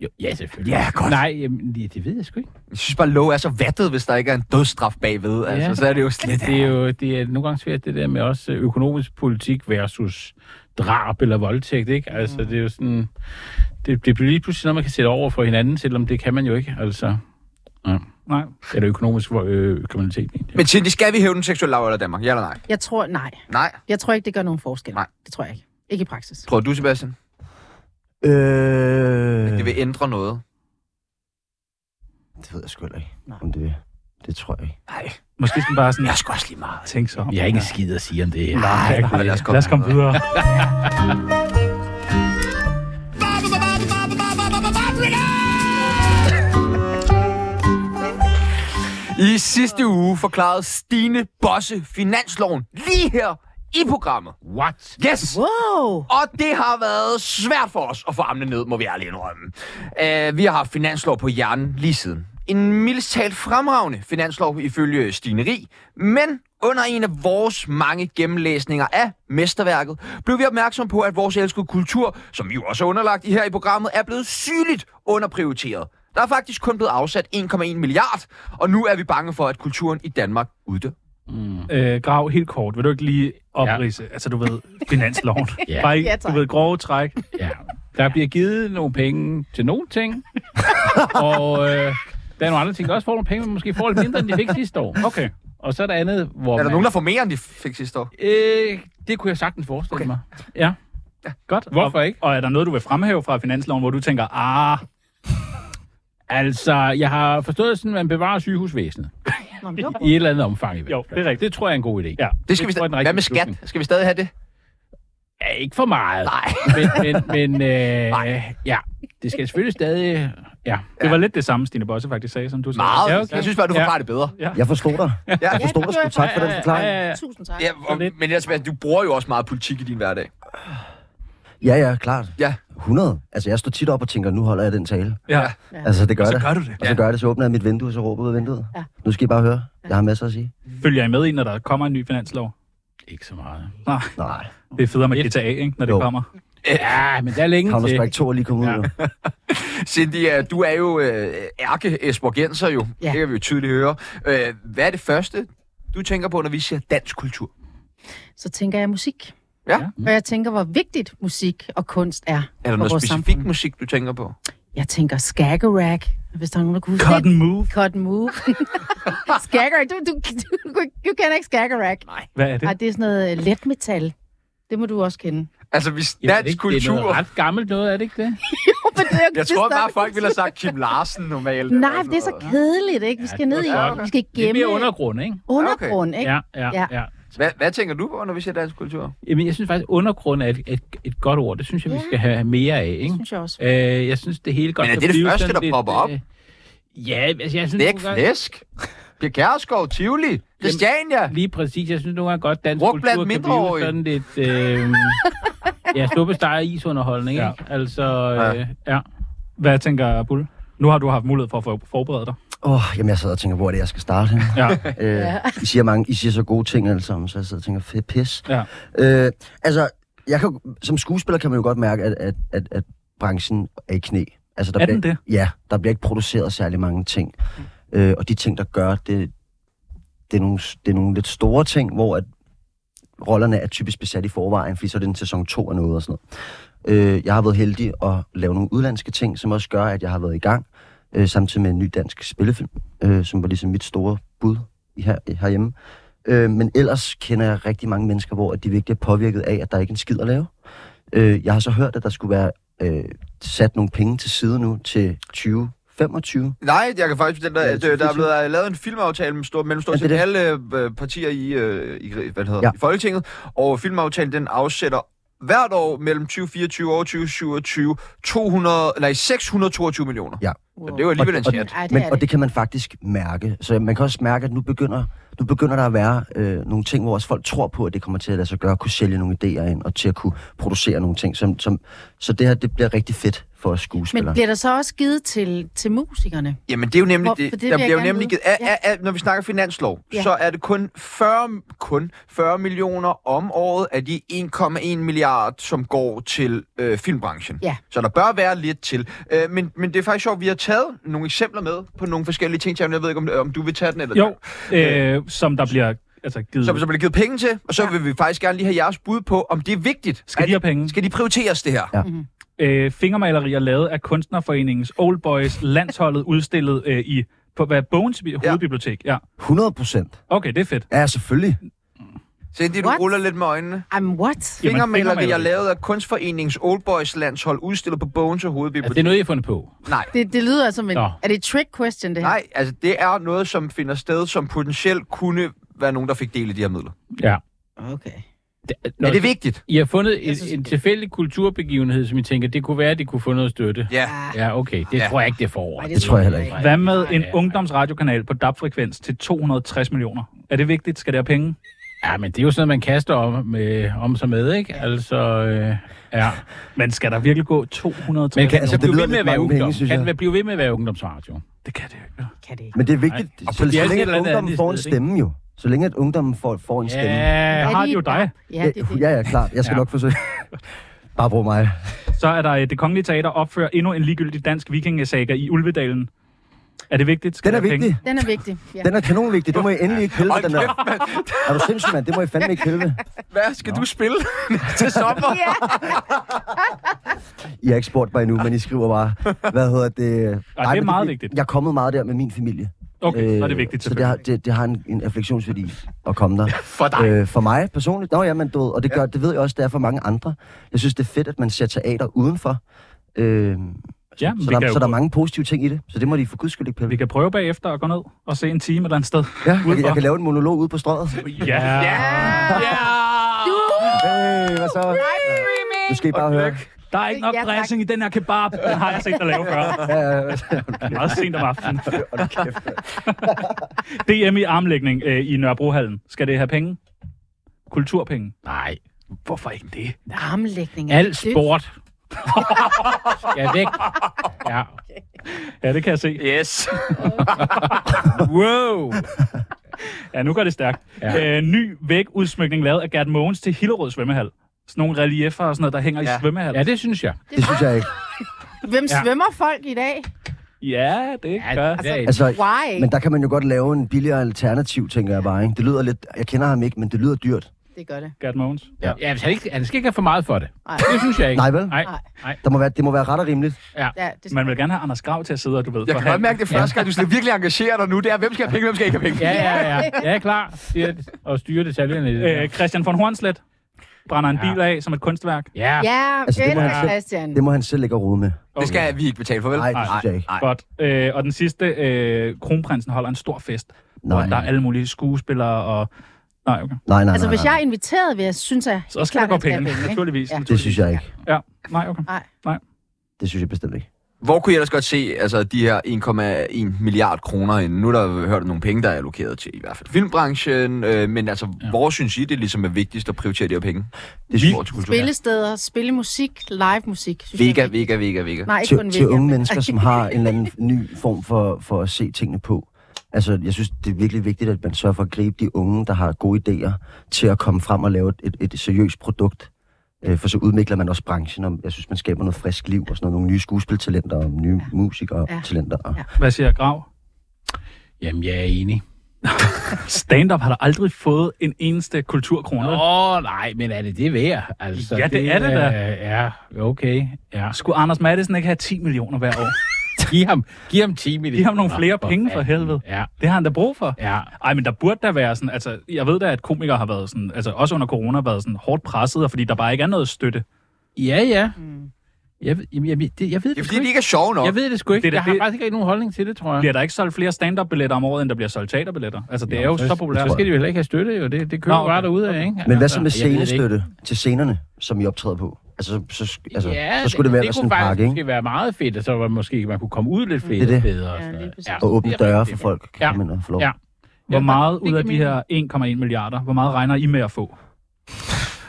Speaker 5: Jo, ja, selvfølgelig.
Speaker 1: Ja, godt.
Speaker 5: Nej, jamen, det, det ved jeg sgu ikke.
Speaker 1: Jeg synes bare, at lov er så vattet, hvis der ikke er en dødsstraf bagved. Ja. Altså, så er det jo slet...
Speaker 5: Det er jo det er nogle gange svært, det der med også økonomisk politik versus drab eller voldtægt, ikke? Altså,
Speaker 1: Mm.
Speaker 5: det er jo sådan... Det, det bliver lige pludselig noget, man kan sætte over for hinanden, selvom det kan man jo ikke, altså. Ja.
Speaker 2: Nej.
Speaker 5: Eller økonomisk øh, kriminalitet, ikke?
Speaker 1: Men Cindy, skal vi hæve den seksuelle lav eller Danmark? Ja eller nej?
Speaker 3: Jeg tror, nej.
Speaker 1: Nej.
Speaker 3: Jeg tror ikke, det gør nogen forskel.
Speaker 1: Nej.
Speaker 3: Det tror jeg ikke. Ikke i praksis.
Speaker 1: Tror du, Sebastian?
Speaker 4: Øh...
Speaker 1: Det vil ændre noget.
Speaker 4: det ved jeg sgu heller ikke.
Speaker 3: Nej.
Speaker 4: Om det, vil. det tror jeg ikke.
Speaker 1: Nej.
Speaker 2: Måske skal man bare sådan
Speaker 1: Jeg skal også lige meget.
Speaker 2: tænke sig om.
Speaker 5: Jeg har ikke en skid at sige om det her.
Speaker 1: Nej, nej, lad os komme,
Speaker 2: Lad os komme videre.
Speaker 1: I sidste uge forklarede Stine Bosse finansloven lige her i programmet.
Speaker 5: What?
Speaker 1: Yes!
Speaker 3: Wow!
Speaker 1: Og det har været svært for os at få armene ned, må vi ærligt indrømme. Uh, vi har haft finanslov på hjernen lige siden. En mildest talt fremragende finanslov ifølge Stine Rig, men under en af vores mange gennemlæsninger af mesterværket, blev vi opmærksom på, at vores elskede kultur, som vi jo også er underlagt i her i programmet, er blevet sygeligt underprioriteret. Der er faktisk kun blevet afsat 1,1 milliard, og nu er vi bange for, at kulturen i Danmark uddør.
Speaker 2: Øh, grav helt kort. Vil du ikke lige oprise, ja. altså du ved, finansloven?
Speaker 5: Ja.
Speaker 2: Bare, ikke,
Speaker 3: Ja,
Speaker 2: du
Speaker 3: tak.
Speaker 2: ved, grove træk.
Speaker 5: Ja. Der bliver givet nogle penge til nogle ting, og øh, der er nogle andre ting, der også får nogle penge, men måske får lidt mindre, end de fik sidste år.
Speaker 2: Okay.
Speaker 5: Og så er der andet, hvor
Speaker 1: Er der
Speaker 5: man...
Speaker 1: nogen, der får mere, end de fik sidste år?
Speaker 5: Øh, det kunne jeg sagtens forestille okay. mig. Ja.
Speaker 2: Godt.
Speaker 5: Hvorfor
Speaker 2: og,
Speaker 5: ikke?
Speaker 2: Og er der noget, du vil fremhæve fra finansloven, hvor du tænker, ah,
Speaker 5: Altså, jeg har forstået sådan, at man bevarer sygehusvæsenet.
Speaker 3: Nå, men det var
Speaker 5: I et eller andet omfang i hvert
Speaker 2: Jo,
Speaker 5: fald.
Speaker 2: det er rigtigt.
Speaker 5: Det tror jeg er en god idé.
Speaker 2: Ja.
Speaker 1: Det skal det vi
Speaker 5: tror
Speaker 1: sta-
Speaker 5: jeg er den rigtige
Speaker 1: Hvad med skat?
Speaker 5: beslutning.
Speaker 1: Skal vi stadig have det?
Speaker 5: Ja, ikke for meget.
Speaker 1: Nej.
Speaker 5: Men, men, men øh, ja, det skal selvfølgelig stadig... Ja.
Speaker 2: det var lidt det samme, Stine Bosse faktisk sagde, som du sagde.
Speaker 1: Meget.
Speaker 5: Ja,
Speaker 1: Ja,
Speaker 5: okay.
Speaker 1: okay. Jeg synes bare, du
Speaker 5: Ja.
Speaker 1: forklarer det bedre.
Speaker 4: Jeg forstod dig.
Speaker 1: Ja.
Speaker 4: Jeg forstod dig sgu. Tak for den forklaring.
Speaker 5: ja, ja.
Speaker 3: Tusind tak.
Speaker 1: Ja, og, men ellers, men du bruger jo også meget politik i din hverdag.
Speaker 4: Ja, ja, klart.
Speaker 1: Ja.
Speaker 4: 100. Altså, jeg står tit op og tænker, nu holder jeg den tale.
Speaker 2: Ja.
Speaker 4: Altså, det gør det.
Speaker 1: du det.
Speaker 4: Og så gør jeg det, så åbner jeg mit vindue, og så råber jeg ud af vinduet.
Speaker 3: Ja.
Speaker 4: Nu skal I bare høre. Jeg har masser at sige.
Speaker 2: Følger I med i, når der kommer en ny finanslov?
Speaker 5: Ikke så meget.
Speaker 2: Nej,
Speaker 4: Nej.
Speaker 2: det er federe med GTA, ikke, når det
Speaker 4: Jo.
Speaker 2: kommer.
Speaker 5: Ja, men der er længe
Speaker 4: Counter-Strike
Speaker 5: til.
Speaker 4: 2 er lige kommet ud. jo.
Speaker 1: Cindy, øh, du er jo øh, ærke esborgenser jo. Ja.
Speaker 3: Ja.
Speaker 1: Det kan vi jo tydeligt høre. Øh, hvad er det første, du tænker på, når vi siger dansk kultur?
Speaker 3: Så tænker jeg musik.
Speaker 1: Ja.
Speaker 3: Og jeg tænker, hvor vigtigt musik og kunst er.
Speaker 1: Er der
Speaker 3: for
Speaker 1: noget
Speaker 3: vores
Speaker 1: specifik
Speaker 3: samfund.
Speaker 1: musik, du tænker på?
Speaker 3: Jeg tænker Skagerrak, hvis der er nogen, der kunne huske det.
Speaker 2: Cotton Move.
Speaker 3: Cotton Move. Skagerrak, du, du, du, du, du kender ikke Skagerrak.
Speaker 2: Hvad er det?
Speaker 3: Nej, det er sådan noget øh, let metal. Det må du også kende.
Speaker 1: Altså, hvis
Speaker 5: Jamen, er
Speaker 1: dansk
Speaker 5: det ikke-
Speaker 1: kultur...
Speaker 5: Det er noget ret gammelt noget, er det ikke det?
Speaker 3: Men det er jo-
Speaker 1: Jeg
Speaker 3: det er
Speaker 1: tror bare,
Speaker 3: stadig-
Speaker 1: folk ville have sagt Kim Larsen normalt.
Speaker 3: Nej, det er så kedeligt, ikke? Vi skal ned i,
Speaker 5: godt.
Speaker 3: vi skal
Speaker 5: Det er
Speaker 3: gemme
Speaker 5: mere undergrund, ikke?
Speaker 3: undergrund, ikke?
Speaker 5: Ja, ja,
Speaker 3: Ja.
Speaker 5: ja.
Speaker 1: Hvad, hvad tænker du på, når vi siger dansk kultur?
Speaker 5: Jamen, jeg synes faktisk, undergrund er et, et, et godt ord. Det synes jeg, vi
Speaker 3: Ja.
Speaker 5: skal have mere af,
Speaker 3: Det
Speaker 5: ikke?
Speaker 3: synes jeg også.
Speaker 5: Øh, jeg synes, det hele godt
Speaker 1: Men er
Speaker 5: kan
Speaker 1: det det
Speaker 5: blive
Speaker 1: første,
Speaker 5: sådan
Speaker 1: der
Speaker 5: lidt,
Speaker 1: popper op?
Speaker 5: Øh, ja, altså, jeg synes...
Speaker 1: Læk
Speaker 5: nogle gange-
Speaker 1: flæsk. Pia Kjærsgaard, Tivoli, Christiania.
Speaker 5: Lige præcis. Jeg synes nogle gange godt, dansk
Speaker 1: Brugt
Speaker 5: kultur
Speaker 1: blandt
Speaker 5: kan blive
Speaker 1: mindreårige.
Speaker 5: sådan lidt... Øh, ja, suppesteg og isunderholdning,
Speaker 2: Ja.
Speaker 5: ikke? Altså,
Speaker 1: Ja.
Speaker 5: øh, ja.
Speaker 2: Hvad tænker Bull? Nu har du haft mulighed for at for- forberede dig.
Speaker 4: Åh, oh, jamen jeg sidder og tænker, hvor er det, jeg skal starte henne?
Speaker 2: Ja.
Speaker 4: Øh, ja. I, siger mange, I siger så gode ting alle sammen, så jeg sidder og tænker, fedt pis.
Speaker 2: Ja.
Speaker 4: Øh, altså, jeg kan, jo- som skuespiller kan man jo godt mærke, at, at, at, at branchen er i knæ. Altså, der
Speaker 2: Er
Speaker 4: bliver,
Speaker 2: den det?
Speaker 4: Ja, der bliver ikke produceret særlig mange ting. Øh, og de ting, der gør, det, det, er nogle, det er nogle lidt store ting, hvor at rollerne er typisk besat i forvejen, fordi så er det en sæson 2 af noget og sådan noget. Øh, jeg har været heldig at lave nogle udlandske ting, som også gør, at jeg har været i gang, øh, samtidig med en ny dansk spillefilm, øh, som var ligesom mit store bud i her, herhjemme. Øh, men ellers kender jeg rigtig mange mennesker, hvor at de virkelig er påvirket af, at der ikke er en skid at lave. Øh, jeg har så hørt, at der skulle være øh, sat nogle penge til side nu til 2025.
Speaker 1: Nej, jeg kan faktisk fortælle dig,
Speaker 4: Ja,
Speaker 1: at
Speaker 4: det er
Speaker 1: øh, der er
Speaker 4: sindssygt.
Speaker 1: blevet lavet en filmaftale med stor, mellem stort
Speaker 4: Ja,
Speaker 1: set
Speaker 4: det er
Speaker 1: alle øh, partier i, øh, i, hvad det hedder,
Speaker 4: Ja.
Speaker 1: ja. i Folketinget, og filmaftalen den afsætter hvert år mellem 2024 og 2027 200, nej, 622 millioner.
Speaker 4: Ja.
Speaker 1: Så det er jo alligevel en
Speaker 4: Og-
Speaker 1: chat.
Speaker 3: Ej, det
Speaker 4: Men,
Speaker 3: er
Speaker 4: og
Speaker 3: det.
Speaker 4: det kan man faktisk mærke. Så man kan også mærke, at nu begynder, nu begynder der at være øh, nogle ting, hvor også folk tror på, at det kommer til at lade sig gøre, at kunne sælge nogle idéer ind, og til at kunne producere nogle ting. Som, som, så det her, det bliver rigtig fedt for os
Speaker 3: Men
Speaker 4: skuespillere.
Speaker 3: bliver der så også givet til, til musikerne?
Speaker 1: Jamen, det er jo nemlig
Speaker 3: Hvor-
Speaker 1: det.
Speaker 3: for det
Speaker 1: det
Speaker 3: vil
Speaker 1: der
Speaker 3: jeg
Speaker 1: bliver jo
Speaker 3: gerne
Speaker 1: nemlig givet,
Speaker 3: vide.
Speaker 1: a, a,
Speaker 3: Ja.
Speaker 1: a, når vi snakker finanslov,
Speaker 3: Ja.
Speaker 1: så er det kun 40, kun 40 millioner om året af de 1,1 milliard, som går til øh, filmbranchen.
Speaker 3: Ja.
Speaker 1: Så der bør være lidt til. Øh, men, men det er faktisk sjovt, vi har taget nogle eksempler med på nogle forskellige ting. Tjern. Jeg ved ikke, om, om du vil tage den eller
Speaker 2: Jo, øh, som der bliver altså, givet.
Speaker 1: Som så bliver givet penge til, og så vil vi faktisk gerne lige have jeres bud på, om det er vigtigt.
Speaker 2: Skal de have penge?
Speaker 1: Skal de prioriteres, det her?
Speaker 4: Ja.
Speaker 2: øh, fingermalerier lavet af Kunstnerforeningens Old Boys landsholdet udstillet øh, i på hvad Bogens bi- hovedbibliotek. Ja.
Speaker 4: 100 procent.
Speaker 2: Okay, det er fedt.
Speaker 4: Ja, selvfølgelig.
Speaker 1: Cindy, du
Speaker 3: What?
Speaker 1: ruller lidt med øjnene.
Speaker 3: I'm what?
Speaker 2: Jamen,
Speaker 1: Fingermalerier
Speaker 2: fingermalerier.
Speaker 1: lavet af Kunstforeningens Old Boys landshold, udstillet på Bogens og
Speaker 5: Altså, det er
Speaker 1: Hovedbiblioteket.
Speaker 5: noget, jeg har fundet på.
Speaker 1: Nej.
Speaker 3: Det, det lyder som en...
Speaker 5: Nå.
Speaker 3: Er det et trick question, det her?
Speaker 1: Nej, altså det er noget, som finder sted, som potentielt kunne være nogen, der fik del i de her midler.
Speaker 5: Ja.
Speaker 3: Okay.
Speaker 5: Nå,
Speaker 1: er det vigtigt?
Speaker 5: I har fundet
Speaker 3: synes,
Speaker 5: et, en tilfældig kulturbegivenhed, som I tænker, det kunne være, at de kunne få noget støtte.
Speaker 1: Ja.
Speaker 3: Ah,
Speaker 5: Ja, okay. Det
Speaker 1: Ja.
Speaker 5: tror jeg ikke, det er forår.
Speaker 3: Nej,
Speaker 4: Det tror jeg heller ikke.
Speaker 2: Hvad med en
Speaker 5: nej.
Speaker 2: ungdomsradiokanal på DAB-frekvens til 260 millioner? Er det vigtigt? Skal det have penge?
Speaker 5: Ja, men det er jo sådan noget, man kaster om, med, om sig med, ikke? Altså, øh, ja.
Speaker 2: Men skal der virkelig gå 260
Speaker 5: Men kan
Speaker 2: millioner?
Speaker 5: altså,
Speaker 4: det
Speaker 5: blive
Speaker 4: lyder
Speaker 5: ved med
Speaker 4: lidt
Speaker 5: at være
Speaker 4: mange
Speaker 5: ungdom?
Speaker 4: penge, synes
Speaker 5: Kan
Speaker 4: jeg.
Speaker 5: den blive ved med at være ungdomsradio?
Speaker 4: altså-
Speaker 2: Det kan det jo ikke.
Speaker 3: Kan det ikke.
Speaker 4: Men det er vigtigt,
Speaker 5: Og
Speaker 4: så,
Speaker 5: politisk
Speaker 4: så længe
Speaker 5: eller
Speaker 4: at
Speaker 5: andet
Speaker 4: ungdommen får en
Speaker 5: andet sted, ikke?
Speaker 4: stemme jo. Så længe at ungdommen får, får en stemme.
Speaker 5: Ja,
Speaker 2: Jeg
Speaker 3: Er
Speaker 2: har
Speaker 3: de
Speaker 2: det jo
Speaker 3: et
Speaker 2: dig.
Speaker 3: dab? Ja, det er det.
Speaker 4: ja, ja, klart. Jeg skal
Speaker 5: Ja.
Speaker 4: nok forsøge. Bare brug mig.
Speaker 2: Så er der øh, det kongelige teater opfører endnu en ligegyldig dansk vikingesaga i Ulvedalen. Er det vigtigt? Skal
Speaker 4: Den er
Speaker 2: det have
Speaker 4: vigtig.
Speaker 2: Penge?
Speaker 3: Den er vigtig. Ja.
Speaker 4: Den er kanonvigtig. Det må I endelig ikke pille ved, den der. Er du sindssyg, mand? Det må I fandme ikke pille ved.
Speaker 1: Hvad skal du spille til sommer?
Speaker 3: ja.
Speaker 4: I har ikke spurgt mig endnu, men I skriver bare, hvad hedder det? Nej,
Speaker 2: er
Speaker 4: men
Speaker 2: meget
Speaker 4: fordi,
Speaker 2: vigtigt.
Speaker 4: Jeg er kommet meget der med min familie.
Speaker 2: Okay, øh, så er det vigtigt
Speaker 4: Så det har,
Speaker 2: selvfølgelig.
Speaker 4: det, det har en, en afflektionsværdi at komme der.
Speaker 5: For dig.
Speaker 4: Øh, for mig personligt, nå ja, men du ved, og det, gør, det ved jeg også, det er for mange andre. Jeg synes, det er fedt, at man ser teater udenfor. Øh,
Speaker 2: Ja, men
Speaker 4: så,
Speaker 2: vi
Speaker 4: der,
Speaker 2: kan jo
Speaker 4: så der er
Speaker 2: gå-
Speaker 4: mange positive ting i det, så det må de for guds skyld ikke pille.
Speaker 2: Vi
Speaker 4: ved.
Speaker 2: kan prøve bagefter at gå ned og se en time et eller andet sted.
Speaker 4: Ja, jeg, kan-
Speaker 2: udenfor.
Speaker 4: jeg kan lave en monolog ude på strøget.
Speaker 2: Ja.
Speaker 4: Øh, hvad så? Nu skal I bare høre.
Speaker 2: Der er ikke nok
Speaker 3: Ja, tak.
Speaker 2: dressing i den her kebab. Den har jeg set dig lave før. Meget sent om aftenen. DM i armlægning øh, i Nørrebrohallen. Skal det have penge? Kulturpenge.
Speaker 5: Nej. Hvorfor ikke det?
Speaker 3: Armlægning. er
Speaker 5: Al
Speaker 3: dødt.
Speaker 5: sport. Skal væk. Ja.
Speaker 2: Ja, det kan jeg se.
Speaker 1: Yes.
Speaker 5: Wow.
Speaker 2: Ja, nu går det stærkt. Ja.
Speaker 5: Ja.
Speaker 2: Øh, ny vægudsmykning lavet af Gert Mogens til Hillerød svømmehal. Sådan nogle reliefer og sådan noget, der hænger ja. i svømmehal.
Speaker 5: Ja, det synes jeg.
Speaker 4: Det synes jeg ikke.
Speaker 3: Hvem svømmer folk i dag?
Speaker 2: ja, det
Speaker 5: Ja,
Speaker 2: gør
Speaker 5: det er et-
Speaker 4: Altså,
Speaker 3: Why?
Speaker 4: men der kan man jo godt lave en billigere alternativ, tænker jeg bare. Ikke? Det lyder lidt, jeg kender ham ikke, men det lyder dyrt.
Speaker 3: Det gør det.
Speaker 2: Gert Mogens.
Speaker 5: ja. ja hvis han, ikke, han skal ikke have for meget for det.
Speaker 3: Ej.
Speaker 5: Det synes jeg ikke.
Speaker 4: altså- Nej vel?
Speaker 5: Nej.
Speaker 3: Nej.
Speaker 5: Nej.
Speaker 4: Der må være, det må være ret og rimeligt.
Speaker 3: Ja, det
Speaker 2: Man vil gerne have Anders Grav til at sidde og, du ved,
Speaker 1: Jeg kan godt
Speaker 2: forhandle.
Speaker 1: mærke det første gang, du skal virkelig engagere dig nu. Det er, hvem skal have penge, hvem skal ikke have penge?
Speaker 5: Ja, ja, ja. Jeg er klar til at, at styre detaljerne i det.
Speaker 2: Øh,
Speaker 5: der.
Speaker 2: Christian von Hornslet brænder en
Speaker 5: Ja.
Speaker 2: bil af som et kunstværk.
Speaker 5: Ja.
Speaker 3: Ja,
Speaker 4: Altså,
Speaker 3: altså,
Speaker 4: det må
Speaker 3: elsker
Speaker 4: han selv-
Speaker 3: Christian.
Speaker 4: Det må han selv ikke rode med.
Speaker 1: Det skal vi ikke betale for, vel?
Speaker 4: Nej, det synes jeg ikke.
Speaker 1: Nej.
Speaker 2: Godt. Øh, og den sidste, øh, kronprinsen holder en stor fest, hvor
Speaker 4: Nej,
Speaker 2: der er
Speaker 4: nej,
Speaker 2: alle mulige skuespillere og... Nej, okay.
Speaker 4: nej. nej,
Speaker 3: Altså, hvis
Speaker 4: nej.
Speaker 3: jeg er inviteret, vil jeg synes, at
Speaker 2: Så skal der gå
Speaker 3: Klart, han skal
Speaker 2: penge,
Speaker 3: have penge, ikke?
Speaker 2: naturligvis.
Speaker 3: Ja.
Speaker 2: naturligvis.
Speaker 4: Det synes jeg ikke.
Speaker 2: Ja, nej, okay.
Speaker 3: Nej.
Speaker 4: Det synes jeg bestemt ikke.
Speaker 1: Hvor kunne I ellers godt se altså, de her 1,1 milliard kroner inden? Nu er der hørt nogle penge, der er allokeret til i hvert fald filmbranchen. Øh, men altså, ja. hvor synes I, det ligesom er vigtigst at prioritere de her penge?
Speaker 4: Det
Speaker 1: Vi
Speaker 4: synes
Speaker 3: spillesteder, spille musik, live musik. Synes jeg
Speaker 1: Vega,
Speaker 3: er vigtigt.
Speaker 1: vega, vega, vega.
Speaker 3: Nej, ikke kun
Speaker 4: til, til
Speaker 3: vega.
Speaker 4: unge mennesker, som har en eller anden ny form for, for at se tingene på. Altså, jeg synes, det er virkelig vigtigt, at man sørger for at gribe de unge, der har gode idéer, til at komme frem og lave et, et seriøst produkt. Øh, For så udvikler man også branchen, og jeg synes, man skaber noget frisk liv og sådan noget, nogle nye skuespiltalenter og nye musikere
Speaker 3: Ja.
Speaker 4: og talenter. Og...
Speaker 3: Ja.
Speaker 2: Hvad siger Grav?
Speaker 5: Jamen, jeg er enig.
Speaker 2: Stand-up har der aldrig fået en eneste kulturkrone.
Speaker 5: Åh, oh, nej, men er det det værd? Altså,
Speaker 2: Ja, det er det da.
Speaker 5: da. Ja, okay. Ja.
Speaker 2: Skulle Anders Madsen ikke have 10 millioner hver år?
Speaker 5: Giv ham, giv ham 10 millioner.
Speaker 2: Giv ham nogle flere
Speaker 5: for
Speaker 2: penge for
Speaker 5: fanden.
Speaker 2: helvede.
Speaker 5: Ja,
Speaker 2: Det har han da brug for.
Speaker 5: ja.
Speaker 2: Ej, men der burde da være sådan, altså, jeg ved da, at komikere har været sådan, altså også under corona, været sådan hårdt presset, og fordi der bare ikke er noget støtte.
Speaker 5: Ja, ja. Jeg, ved- jamen, jeg, ved- det, jeg
Speaker 1: Det
Speaker 5: ved
Speaker 1: er
Speaker 5: det, sgu
Speaker 1: fordi, de
Speaker 5: ikke.
Speaker 1: ikke er sjove nok.
Speaker 5: Jeg ved det sgu ikke.
Speaker 2: Det er da
Speaker 5: jeg har
Speaker 2: det-
Speaker 5: faktisk ikke rigtig nogen holdning til det, tror jeg.
Speaker 2: Bliver der ikke solgt flere stand-up-billetter om året, end der bliver solgt teaterbilletter? Altså, det er jo så populært.
Speaker 5: Så skal de jo heller ikke have støtte, jo. Det, det kører
Speaker 2: Nå,
Speaker 5: Nå, okay. bare
Speaker 2: okay.
Speaker 5: derude af, ikke? Altså,
Speaker 4: Men hvad så med
Speaker 5: jeg ved det ikke.
Speaker 4: scenestøtte til scenerne, som I optræder på? Altså, så, så, altså,
Speaker 5: ja,
Speaker 4: så skulle det, være
Speaker 5: det
Speaker 4: sådan en
Speaker 5: kunne faktisk
Speaker 4: pakke, ikke?
Speaker 5: måske være meget fedt, og så var måske man kunne komme ud lidt flere
Speaker 4: Det er det.
Speaker 5: steder.
Speaker 3: Ja,
Speaker 5: sådan
Speaker 3: lige
Speaker 5: noget.
Speaker 3: præcis.
Speaker 4: Og åbne
Speaker 5: det er
Speaker 4: døre for
Speaker 5: rigtigt.
Speaker 4: folk, kan
Speaker 5: Ja.
Speaker 4: man og få lov.
Speaker 5: Ja.
Speaker 2: Hvor
Speaker 5: Ja,
Speaker 2: meget
Speaker 5: det
Speaker 2: ud af
Speaker 5: giver
Speaker 2: de her 1,1 milliarder, hvor meget regner I med at få?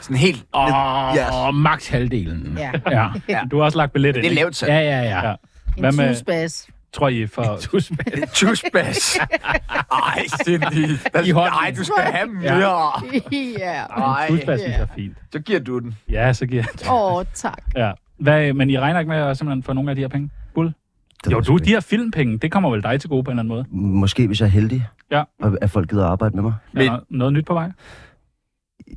Speaker 1: Sådan helt...
Speaker 5: Åh,
Speaker 1: Yes.
Speaker 5: yes. maks halvdelen.
Speaker 3: Ja.
Speaker 5: Ja,
Speaker 2: Du har også lagt billet ind,
Speaker 1: Det er
Speaker 2: ikke?
Speaker 1: lavt sat.
Speaker 5: ja, ja. ja.
Speaker 2: Ja.
Speaker 5: ja.
Speaker 3: En
Speaker 2: Hvad med,
Speaker 3: tusbas.
Speaker 2: tror I, for...
Speaker 1: Tjusbas. Ej, sindigt.
Speaker 2: Altså,
Speaker 1: Nej, du skal have mere.
Speaker 3: ja.
Speaker 1: Ej,
Speaker 2: Tusbas synes jeg
Speaker 3: Ja.
Speaker 2: er fint.
Speaker 1: så giver du den.
Speaker 2: Ja, så giver
Speaker 3: Åh, oh, tak.
Speaker 2: ja. Hvad, men I regner ikke med at simpelthen få nogle af de her penge? Bull?
Speaker 4: Det
Speaker 2: Jo,
Speaker 4: ved jeg
Speaker 2: du,
Speaker 4: sgu
Speaker 2: de her filmpenge, det kommer vel dig til gode på en eller anden måde.
Speaker 4: ikke. Måske, hvis jeg er heldig,
Speaker 2: Ja.
Speaker 4: og at folk gider at arbejde med mig.
Speaker 2: Men...
Speaker 1: Men-
Speaker 2: Er der noget nyt på vej?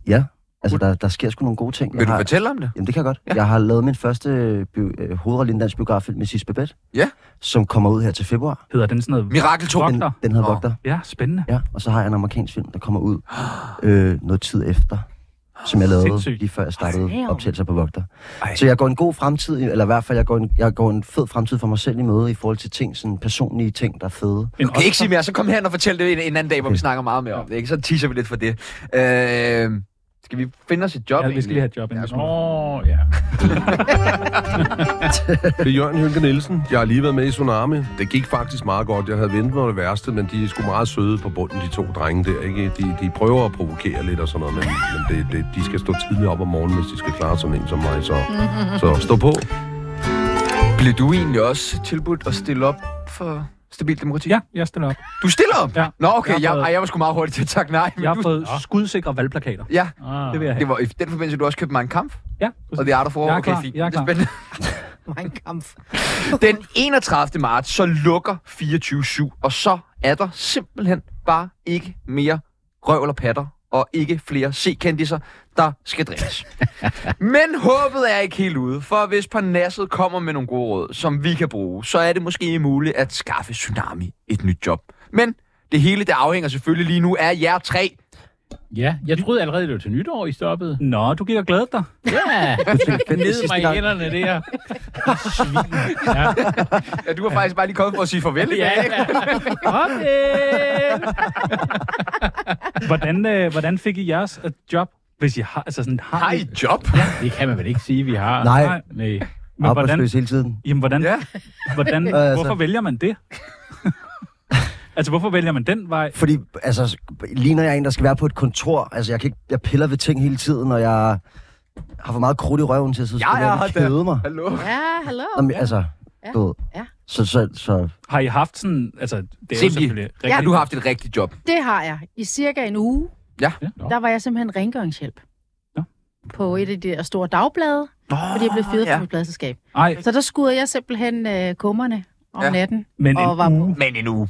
Speaker 4: Ja, altså der, der sker sgu nogle gode ting.
Speaker 1: Vil du
Speaker 4: har,
Speaker 1: fortælle om det?
Speaker 4: Jamen det kan jeg godt. Ja. Jeg har lavet min første øh, bio, øh, hovedrolle i en dansk biograffilm med Sis Babette,
Speaker 1: Ja.
Speaker 4: som kommer ud her til februar.
Speaker 2: Hedder den sådan noget...
Speaker 1: Mirakel 2.
Speaker 2: Fuck.
Speaker 4: Den,
Speaker 2: Vogter?
Speaker 4: den hedder
Speaker 1: Nå.
Speaker 4: Vogter.
Speaker 2: Ja, spændende.
Speaker 4: Ja, og så har jeg en amerikansk film, der kommer ud øh, noget tid efter, som jeg lavede
Speaker 2: Sindssygt.
Speaker 4: lige før jeg startede
Speaker 3: Damn.
Speaker 4: optagelser på Vogter.
Speaker 1: Ej.
Speaker 4: Så jeg går en god fremtid, i- eller i hvert fald jeg går, en, jeg går en fed fremtid for mig selv i møde i forhold til ting, sådan personlige ting, der er fede.
Speaker 2: En
Speaker 1: Du kan ikke
Speaker 2: Oscar?
Speaker 1: sige mere, så kom her og fortæl det en, en anden dag, hvor vi snakker meget mere om det. Ikke? Så teaser vi lidt for det. Øh, skal vi finde os et job
Speaker 2: Ja, vi skal lige have et job inden. Ja,
Speaker 5: Åh, ja.
Speaker 8: Det er Jørgen Hynke Nielsen. Jeg har lige været med i Tsunami. Det gik faktisk meget godt. Jeg havde ventet mig det værste, men de er sgu meget søde på bunden, de to drenge der. Ikke? De, de prøver at provokere lidt og sådan noget, men, men det, det, de skal stå tidligt op om morgenen, hvis de skal klare sådan en som mig. Så, så stå på.
Speaker 1: Blev du egentlig også tilbudt at stille op for stabil demokrati?
Speaker 2: ja jeg stiller op.
Speaker 1: Du stiller op?
Speaker 2: Ja.
Speaker 1: Nå, okay. Jeg,
Speaker 2: Jeg har
Speaker 1: jeg,
Speaker 2: fået-
Speaker 1: ej, jeg var sgu meget hurtig til at takke nej. Men
Speaker 2: Jeg har
Speaker 1: du,
Speaker 2: fået skudsikre valgplakater.
Speaker 1: Ja,
Speaker 5: Ah.
Speaker 2: Det vil jeg
Speaker 1: det
Speaker 2: have.
Speaker 1: var i den forbindelse, du også købte mig en kamp.
Speaker 2: Ja,
Speaker 1: Og det er der for.
Speaker 2: Jeg er
Speaker 1: okay,
Speaker 2: klar,
Speaker 1: fint.
Speaker 2: jeg er
Speaker 1: Det er
Speaker 2: klar.
Speaker 1: spændende.
Speaker 3: Mein Kampf.
Speaker 1: Den 31. marts, så lukker 24-7, og så er der simpelthen bare ikke mere røv eller patter, og ikke flere C-kendiser, der skal drilles. Men håbet er ikke helt ude, for hvis Parnasset kommer med nogle gode råd, som vi kan bruge, så er det måske muligt at skaffe Tsunami et nyt job. Men det hele, der afhænger selvfølgelig lige nu, er jer tre.
Speaker 5: Ja, jeg troede allerede, det var til nytår, I stoppede.
Speaker 2: Nå, du gik og glædede dig.
Speaker 5: Ja, ned
Speaker 4: sidste
Speaker 5: mig i
Speaker 4: gang.
Speaker 5: hænderne der.
Speaker 1: Ja, du har faktisk bare lige kommet for at sige farvel i dag.
Speaker 5: Ja, okay.
Speaker 2: Hvordan, øh, hvordan fik I jeres øh, job? Hvis I har, altså sådan, har,
Speaker 1: Har I
Speaker 2: I,
Speaker 1: et job?
Speaker 5: Det kan man vel ikke sige, vi har.
Speaker 4: Nej,
Speaker 2: Nej.
Speaker 5: Nej.
Speaker 2: men hvordan,
Speaker 4: arbejdsløs hele tiden.
Speaker 2: jamen, hvordan,
Speaker 1: Ja.
Speaker 2: ja. hvordan,
Speaker 4: Ja, altså.
Speaker 2: hvorfor vælger man det? altså, hvorfor vælger man den vej?
Speaker 4: Fordi, altså, ligner jeg en, der skal være på et kontor? Altså, jeg, kan ikke, jeg piller ved ting hele tiden, og jeg har for meget krudt i røven til at sidde
Speaker 1: Jeg
Speaker 4: og
Speaker 1: er
Speaker 4: og kede mig.
Speaker 1: Hallo.
Speaker 3: Ja, hallo.
Speaker 4: Nå, men, altså,
Speaker 3: Ja.
Speaker 4: du ved.
Speaker 3: Ja.
Speaker 4: Så, så, så,
Speaker 2: Har I haft sådan, altså, det er jo
Speaker 1: Simpelthen.
Speaker 2: selvfølgelig rigtigt.
Speaker 1: Har du haft et rigtigt job?
Speaker 3: Det har jeg. I cirka en uge,
Speaker 2: Ja, nå.
Speaker 3: der var jeg simpelthen rengøringshjælp.
Speaker 2: Nå.
Speaker 3: På et af de der store dagblade,
Speaker 1: Nå,
Speaker 3: fordi jeg blev fyret
Speaker 1: ja.
Speaker 3: fra mit pladselskab.
Speaker 2: Ej,
Speaker 3: Så der skudde jeg simpelthen øh, kummerne om
Speaker 1: Ja.
Speaker 3: ja. natten.
Speaker 2: men en
Speaker 3: og var
Speaker 2: uge.
Speaker 1: Men en uge.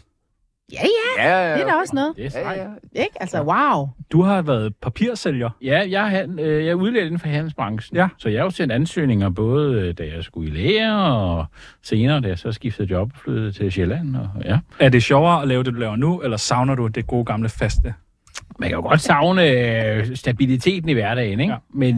Speaker 3: Ja, ja,
Speaker 1: Ja, ja,
Speaker 3: det er
Speaker 1: ja.
Speaker 3: da også noget.
Speaker 5: Det er
Speaker 1: Ja,
Speaker 5: sejt.
Speaker 1: ja.
Speaker 3: Ikke? Altså, wow.
Speaker 2: Du har været papirsælger.
Speaker 5: Ja, jeg er, han- øh, jeg er udlært inden for handelsbranchen,
Speaker 2: Ja.
Speaker 5: så jeg har jo sendt ansøgninger både, øh, da jeg skulle i lære, og senere, da jeg så skiftede job og flyttede til Sjælland. Og, ja.
Speaker 2: Er det sjovere at lave det, du laver nu, eller savner du det gode gamle faste?
Speaker 5: Man kan jo godt savne øh, stabiliteten i hverdagen, ikke?
Speaker 2: Ja.
Speaker 5: Ja.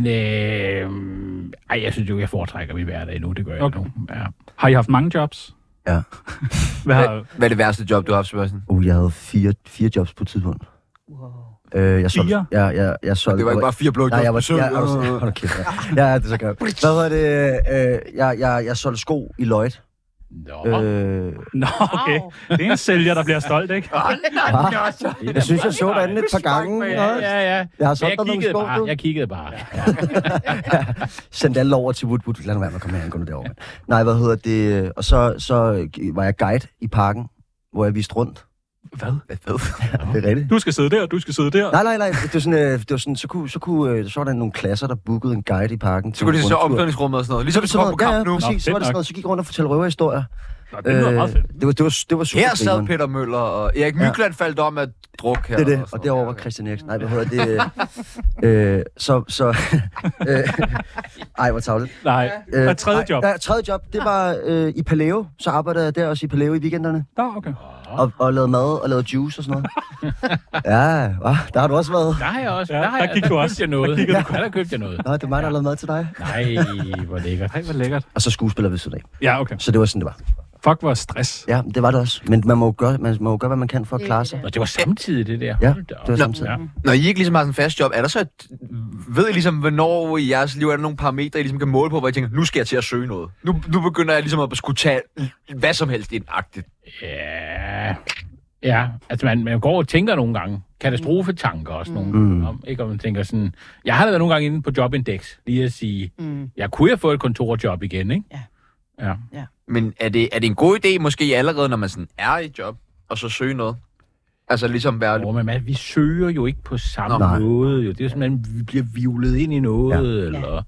Speaker 5: men øh, ej, jeg synes jo, jeg foretrækker min hverdag nu, det gør jeg
Speaker 2: Okay.
Speaker 5: okay. nu. Ja.
Speaker 2: Har I haft mange jobs?
Speaker 4: Ja.
Speaker 2: Hvad har,
Speaker 1: Hvad er det værste job, du har haft, Sebastian?
Speaker 4: uh, jeg havde fire, fire jobs på et tidspunkt. Wow. Øh, jeg solgte,
Speaker 2: Fire?
Speaker 4: Jeg, jeg, jeg solgte,
Speaker 1: Det var ikke bare fire blå
Speaker 4: Nej, jeg
Speaker 1: jobs.
Speaker 4: var... Jeg, jeg, jeg, hold kæft, ja. ja, det er så godt. Hvad var det? Øh, jeg, jeg, jeg solgte sko i Lloyd.
Speaker 5: Nå, øh.
Speaker 4: Øh,
Speaker 2: Nå, okay.
Speaker 3: Wow.
Speaker 2: Det er en sælger, der bliver stolt, ikke?
Speaker 4: jeg synes, jeg så dig andet et par gange.
Speaker 5: Altså, ja,
Speaker 4: Ja,
Speaker 5: ja, ja.
Speaker 4: Jeg har solgt
Speaker 5: Jeg
Speaker 4: dig nogle
Speaker 5: kiggede
Speaker 4: sko,
Speaker 5: bare.
Speaker 4: du.
Speaker 5: Jeg kiggede bare. Ja.
Speaker 4: Sendte alle over til Woodwood. Lad nu være med at komme herhen, gå nu derovre. mand. Nej, hvad hedder det? Og så, så var jeg guide i parken, hvor jeg viste rundt.
Speaker 2: Hvad?
Speaker 4: Det er rigtigt.
Speaker 2: Du skal sidde der, du skal sidde der.
Speaker 4: Nej, nej, nej. Det var sådan, øh, det var sådan så, kunne, så, kunne, øh, så var der nogle klasser, der bookede en guide i parken.
Speaker 1: Så kunne de så
Speaker 4: Rundtur.
Speaker 1: omklædningsrummet og sådan noget. Ligesom vi
Speaker 4: Så var
Speaker 1: kommer på
Speaker 4: det, ja,
Speaker 1: kamp
Speaker 4: ja,
Speaker 1: nu.
Speaker 4: præcis. Så
Speaker 2: fedt
Speaker 4: var det sådan
Speaker 2: nok.
Speaker 4: noget, så gik jeg rundt og fortalte røverhistorier. Øh,
Speaker 2: Nå, det lyder meget fedt.
Speaker 4: det var, det var, det var super
Speaker 1: Her sad
Speaker 4: grineren.
Speaker 1: Peter Møller, og Erik Mykland faldt om at druk her.
Speaker 4: Det er det,
Speaker 1: sådan
Speaker 4: og
Speaker 1: noget.
Speaker 4: derovre var Christian Eriksen. Nej, hvad hedder det? øh, så, så... øh, ej, hvor tavlet.
Speaker 2: Nej.
Speaker 4: Øh,
Speaker 2: Og tredje job.
Speaker 4: Nej, ja, tredje job, det var øh, i Paleo. Så arbejdede jeg der også i Paleo i weekenderne.
Speaker 2: Nå, okay.
Speaker 4: Og, og lavede mad og lavede juice og sådan noget. ja, hva? der har du også været.
Speaker 5: Der har jeg også.
Speaker 2: Ja,
Speaker 5: der, har
Speaker 2: der
Speaker 5: jeg,
Speaker 2: gik du
Speaker 5: købte
Speaker 2: også.
Speaker 5: Jeg noget.
Speaker 2: Der
Speaker 5: Der,
Speaker 2: kiggede
Speaker 5: ja, der købte jeg noget.
Speaker 4: Nå, det er mig, der har lavet mad til dig.
Speaker 5: Nej, hvor lækkert.
Speaker 2: Ej, hvor lækkert.
Speaker 4: Og så skuespiller ved siden af.
Speaker 2: Ja, okay.
Speaker 4: Så det var sådan, det var.
Speaker 2: Fuck, hvor stress.
Speaker 4: Ja, det var det også. Men man må jo gøre, man må jo gøre hvad man kan for at
Speaker 3: Det er
Speaker 4: klare
Speaker 3: det
Speaker 4: sig.
Speaker 5: Og det var samtidig, det der.
Speaker 4: Ja,
Speaker 5: Hold da op.
Speaker 4: det var samtidig.
Speaker 5: Ja.
Speaker 1: Når I ikke ligesom har sådan en fast job, er der så et, ved I ligesom, hvornår i jeres liv er der nogle parametre, I ligesom kan måle på, hvor I tænker, nu skal jeg til at søge noget. Nu, nu begynder jeg ligesom at skulle tage hvad som helst indagtigt.
Speaker 5: Ja, ja. altså man, man går og tænker nogle gange. Katastrofetanker også nogle gange. Om, ikke om man tænker sådan... Jeg har da været nogle gange inde på Jobindex, lige at sige,
Speaker 3: Mm.
Speaker 5: jeg kunne have fået et kontorjob igen, ikke?
Speaker 3: Ja.
Speaker 5: Ja.
Speaker 1: Men er det, er det en god idé måske allerede, når man sådan er i job, og så søge noget? Altså ligesom være...
Speaker 5: Og, men man, vi søger jo ikke på samme
Speaker 1: Nå,
Speaker 4: nej.
Speaker 5: måde. Jo. Det er jo sådan, man bliver vivlet ind i noget, ja. eller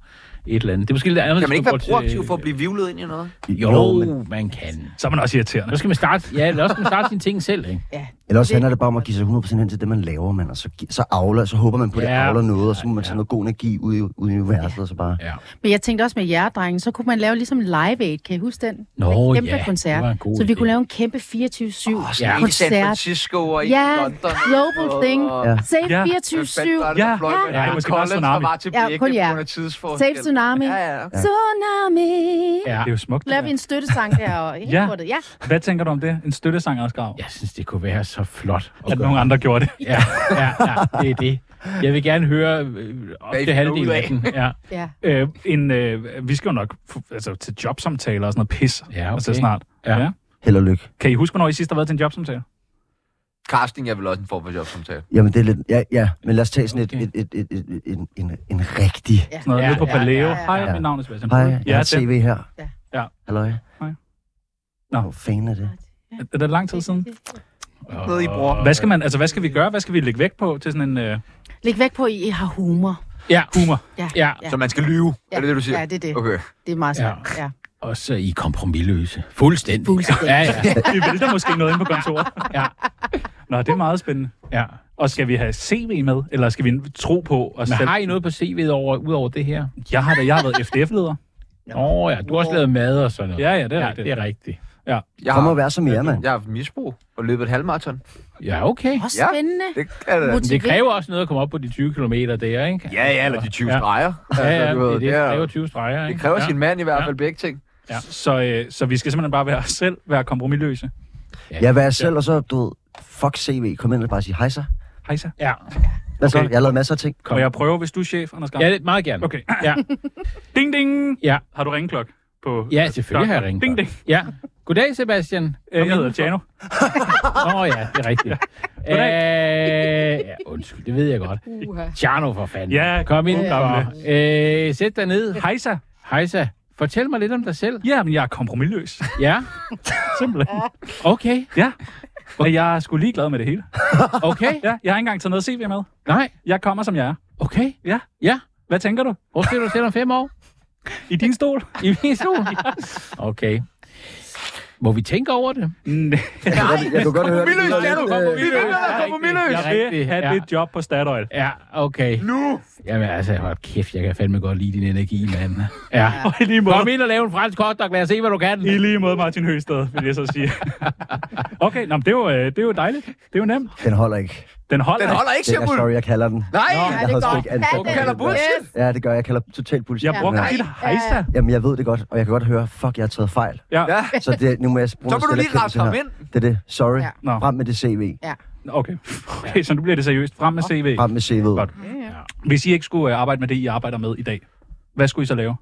Speaker 5: et eller andet. Det er måske lidt andet.
Speaker 1: Kan man ikke være
Speaker 5: hvis går til-
Speaker 1: proaktiv for at blive vivlet ind i noget?
Speaker 5: Jo, man kan.
Speaker 2: Så er man også irriterende.
Speaker 5: Så skal man starte, ja, eller også skal man starte sine ting selv, ikke?
Speaker 3: Ja.
Speaker 4: Eller også handler det bare om at give sig 100% hen til det, man laver, man. Og så, gi- så avler, så håber man på, at det
Speaker 5: Ja.
Speaker 4: avler noget, og så må man tage noget god energi ud i, ud i universet, og så bare...
Speaker 5: Ja.
Speaker 3: Men jeg tænkte også med jer, drenge, så kunne man lave ligesom Live Aid, kan I huske den?
Speaker 5: Nå,
Speaker 3: Den kæmpe
Speaker 5: ja,
Speaker 3: koncert.
Speaker 5: det var en god
Speaker 3: så vi
Speaker 5: idé.
Speaker 3: kunne lave en kæmpe 24-7
Speaker 1: Og sådan
Speaker 3: ja.
Speaker 1: en i San
Speaker 3: koncert.
Speaker 1: Francisco og
Speaker 3: Ja,
Speaker 1: i London.
Speaker 3: global thing.
Speaker 4: Ja.
Speaker 3: Save
Speaker 2: Ja.
Speaker 3: 24-7.
Speaker 2: Ja.
Speaker 1: Ja, ja.
Speaker 2: Ja,
Speaker 1: Ja,
Speaker 2: måske bare
Speaker 1: Collins, der
Speaker 2: tsunami.
Speaker 1: var til
Speaker 3: Ja,
Speaker 1: Birke på
Speaker 3: kun jer.
Speaker 1: grund af tidsforskel.
Speaker 3: Save tsunami.
Speaker 1: Ja, ja.
Speaker 3: Tsunami.
Speaker 5: Ja.
Speaker 2: Det er jo smukt. det
Speaker 3: Laver vi
Speaker 2: der.
Speaker 3: en støttesang der og helt
Speaker 2: Ja.
Speaker 3: ja. ja.
Speaker 2: Hvad tænker du om det? En støttesang, Anders Grav?
Speaker 5: Jeg synes, det kunne være så flot. at
Speaker 2: At
Speaker 5: gøre.
Speaker 2: nogen andre gjorde det.
Speaker 5: Ja, ja, ja, det er det. Jeg vil gerne høre øh, op
Speaker 1: Hvad I
Speaker 5: til halvdelen
Speaker 1: finder ud af.
Speaker 5: af den. Ja.
Speaker 3: ja.
Speaker 2: Øh, en, øh, vi skal jo nok f- altså, til jobsamtaler og sådan noget pis.
Speaker 5: Ja,
Speaker 2: Altså
Speaker 5: okay.
Speaker 2: snart.
Speaker 5: Ja.
Speaker 4: Held og lykke.
Speaker 2: Kan I huske, hvornår I sidst har været til en jobsamtale?
Speaker 1: Casting er vel også en form for jobsamtale.
Speaker 4: Jamen, det er lidt... Ja, ja. men lad os tage sådan et,
Speaker 5: Okay.
Speaker 4: et, et, et, et, et, en, en, en rigtig...
Speaker 3: ja.
Speaker 2: Sådan noget
Speaker 5: Ja,
Speaker 2: ja, nede på
Speaker 5: ja,
Speaker 2: Baleo.
Speaker 3: ja, ja.
Speaker 2: Hej,
Speaker 4: Ja.
Speaker 2: mit navn er Sebastian.
Speaker 4: Hej, jeg
Speaker 2: ja,
Speaker 4: har
Speaker 2: det,
Speaker 4: tv her.
Speaker 3: Ja.
Speaker 2: Ja.
Speaker 4: Halløj.
Speaker 2: Hej. Nå.
Speaker 4: Nå. Hvor fanden er det?
Speaker 2: er det lang tid siden?
Speaker 1: Noget, I bruger.
Speaker 2: Hvad skal man, altså hvad skal vi gøre? Hvad skal vi lægge vægt på til sådan en øh,
Speaker 3: Læg væk på, at I har humor.
Speaker 5: Ja,
Speaker 2: humor?
Speaker 3: Ja.
Speaker 5: ja.
Speaker 1: Så man skal lyve,
Speaker 3: Ja.
Speaker 1: er det det, du siger?
Speaker 3: Ja, det er det.
Speaker 1: Okay.
Speaker 3: Det er meget
Speaker 5: Ja.
Speaker 3: svært. Ja.
Speaker 5: Og så I er kompromilløse. Fuldstændig.
Speaker 3: Fuldstændig.
Speaker 5: Ja, ja,
Speaker 2: Vi vælter måske noget ind på kontoret.
Speaker 5: ja.
Speaker 2: Nå, det er meget spændende.
Speaker 5: ja.
Speaker 2: Og skal vi have CV med, eller skal vi tro på os
Speaker 5: Men
Speaker 2: selv?
Speaker 5: har I noget på CV'et over, ud over det her?
Speaker 2: Jeg har da, jeg har været FDF-leder.
Speaker 5: Nå ja, du har også lavet mad og sådan noget.
Speaker 2: Ja, ja, det er
Speaker 5: ja,
Speaker 2: rigtigt.
Speaker 5: Det er rigtigt.
Speaker 1: Jeg
Speaker 4: Kom
Speaker 1: har-
Speaker 4: og vær som jer, mand.
Speaker 1: Jeg har haft misbrug og løbet et halvmarathon.
Speaker 5: Ja, okay.
Speaker 3: Hvor
Speaker 1: Ja.
Speaker 3: spændende.
Speaker 1: Det er da...
Speaker 5: Det kræver også noget at komme op på de 20 km der, ikke?
Speaker 1: Ja, ja, eller de 20
Speaker 2: Ja.
Speaker 1: streger.
Speaker 5: Ja, ja,
Speaker 1: du
Speaker 5: det,
Speaker 1: ved,
Speaker 5: er det, det
Speaker 1: er-
Speaker 5: kræver 20 streger, ikke?
Speaker 1: det kræver
Speaker 2: Ja.
Speaker 1: sin mand i hvert
Speaker 2: Ja.
Speaker 1: fald begge ting.
Speaker 2: Ja. Så, øh, så vi skal simpelthen bare være os selv, være kompromilløse.
Speaker 4: Jeg vær selv, og så, du ved, fuck CV, kom ind og bare sige hej så.
Speaker 2: Hej så.
Speaker 5: Ja,
Speaker 4: Hvad så?
Speaker 2: Okay.
Speaker 4: Jeg har lavet masser af ting.
Speaker 2: Kom. Og jeg prøver, hvis du er chef, Anders Garn.
Speaker 5: ja det, meget gerne.
Speaker 2: Okay.
Speaker 5: Ja,
Speaker 2: Ding, ding.
Speaker 5: ja.
Speaker 2: Har du ringklok på?
Speaker 5: ja selvfølgelig har jeg
Speaker 2: Dok-
Speaker 5: ringet.
Speaker 2: Ding, ding.
Speaker 5: Ja. Goddag, Sebastian.
Speaker 2: Øh, Jeg hedder Tjano.
Speaker 5: Åh oh, ja, det er rigtigt. Æh, ja, undskyld, det ved jeg godt.
Speaker 3: Uha.
Speaker 5: Tjerno for fanden.
Speaker 2: Ja,
Speaker 5: Kom ind
Speaker 2: god
Speaker 5: for.
Speaker 2: gamle.
Speaker 5: Øh, sæt dig ned.
Speaker 2: Hej så.
Speaker 5: Hejsa, fortæl mig lidt om dig selv.
Speaker 2: Ja, men jeg er kompromilløs.
Speaker 5: Ja,
Speaker 2: Simpelthen.
Speaker 5: okay,
Speaker 2: Ja. Og jeg er sgu ligeglad med det hele.
Speaker 5: okay.
Speaker 2: Ja, jeg har ikke engang taget noget CV med.
Speaker 5: Nej,
Speaker 2: Jeg kommer, som jeg er.
Speaker 5: okay.
Speaker 2: Ja.
Speaker 5: Ja,
Speaker 2: Hvad tænker du?
Speaker 5: hvor ser du selv om fem år?
Speaker 2: I din stol?
Speaker 5: I min stol. Okay. Må vi tænke over det?
Speaker 2: Nej.
Speaker 4: Jeg kunne godt høre det.
Speaker 1: Kompromilløs, Tjerno, kompromilløs. Vi vil være
Speaker 5: Ja,
Speaker 1: kompromilløs.
Speaker 5: rigtigt, ja,
Speaker 2: Det
Speaker 5: rigtigt,
Speaker 2: er
Speaker 5: ja.
Speaker 2: det job på Statoil.
Speaker 5: Ja, okay.
Speaker 1: Nu!
Speaker 5: Jamen altså, hold kæft, jeg kan fandme godt lide din energi, mand. Ja.
Speaker 2: Og i lige
Speaker 5: Kom
Speaker 2: måde,
Speaker 5: ind og lave en fransk hotdog, lad os se, hvad du kan.
Speaker 2: i lige måde Martin Høsted, vil jeg så sige. Okay, nå, men det, er jo, øh, det er jo dejligt. Det er jo nemt.
Speaker 4: Den holder ikke.
Speaker 2: Den holder.
Speaker 1: Den holder ikke,
Speaker 4: Det
Speaker 1: siger
Speaker 4: er sorry, jeg kalder den.
Speaker 1: Nej!
Speaker 3: Ja,
Speaker 4: Jeg
Speaker 3: det
Speaker 4: havde
Speaker 3: er
Speaker 4: sgu
Speaker 3: godt.
Speaker 4: ikke ansat
Speaker 3: Tag den.
Speaker 4: mig til
Speaker 1: kalder
Speaker 4: det.
Speaker 1: bullshit.
Speaker 4: Ja, det gør jeg. Jeg kalder totalt bullshit.
Speaker 2: Jeg brugte
Speaker 4: Ja.
Speaker 2: dit hejsa.
Speaker 4: Jamen, jeg ved det godt, og jeg kan godt høre, fuck, jeg har taget fejl.
Speaker 1: Ja.
Speaker 4: Så det, nu må jeg bruge
Speaker 1: Så må
Speaker 4: noget
Speaker 1: du lige
Speaker 4: selverkendelse
Speaker 1: rette ham
Speaker 4: her.
Speaker 1: ind.
Speaker 4: Det er det. Sorry.
Speaker 3: Ja.
Speaker 2: Nå.
Speaker 4: Frem med det CV.
Speaker 2: Okay. okay, så nu bliver det seriøst. Frem med CV.
Speaker 4: Frem med CV'et.
Speaker 2: Godt. Hvis I ikke skulle øh, arbejde med det, I arbejder med i dag, hvad skulle I så lave?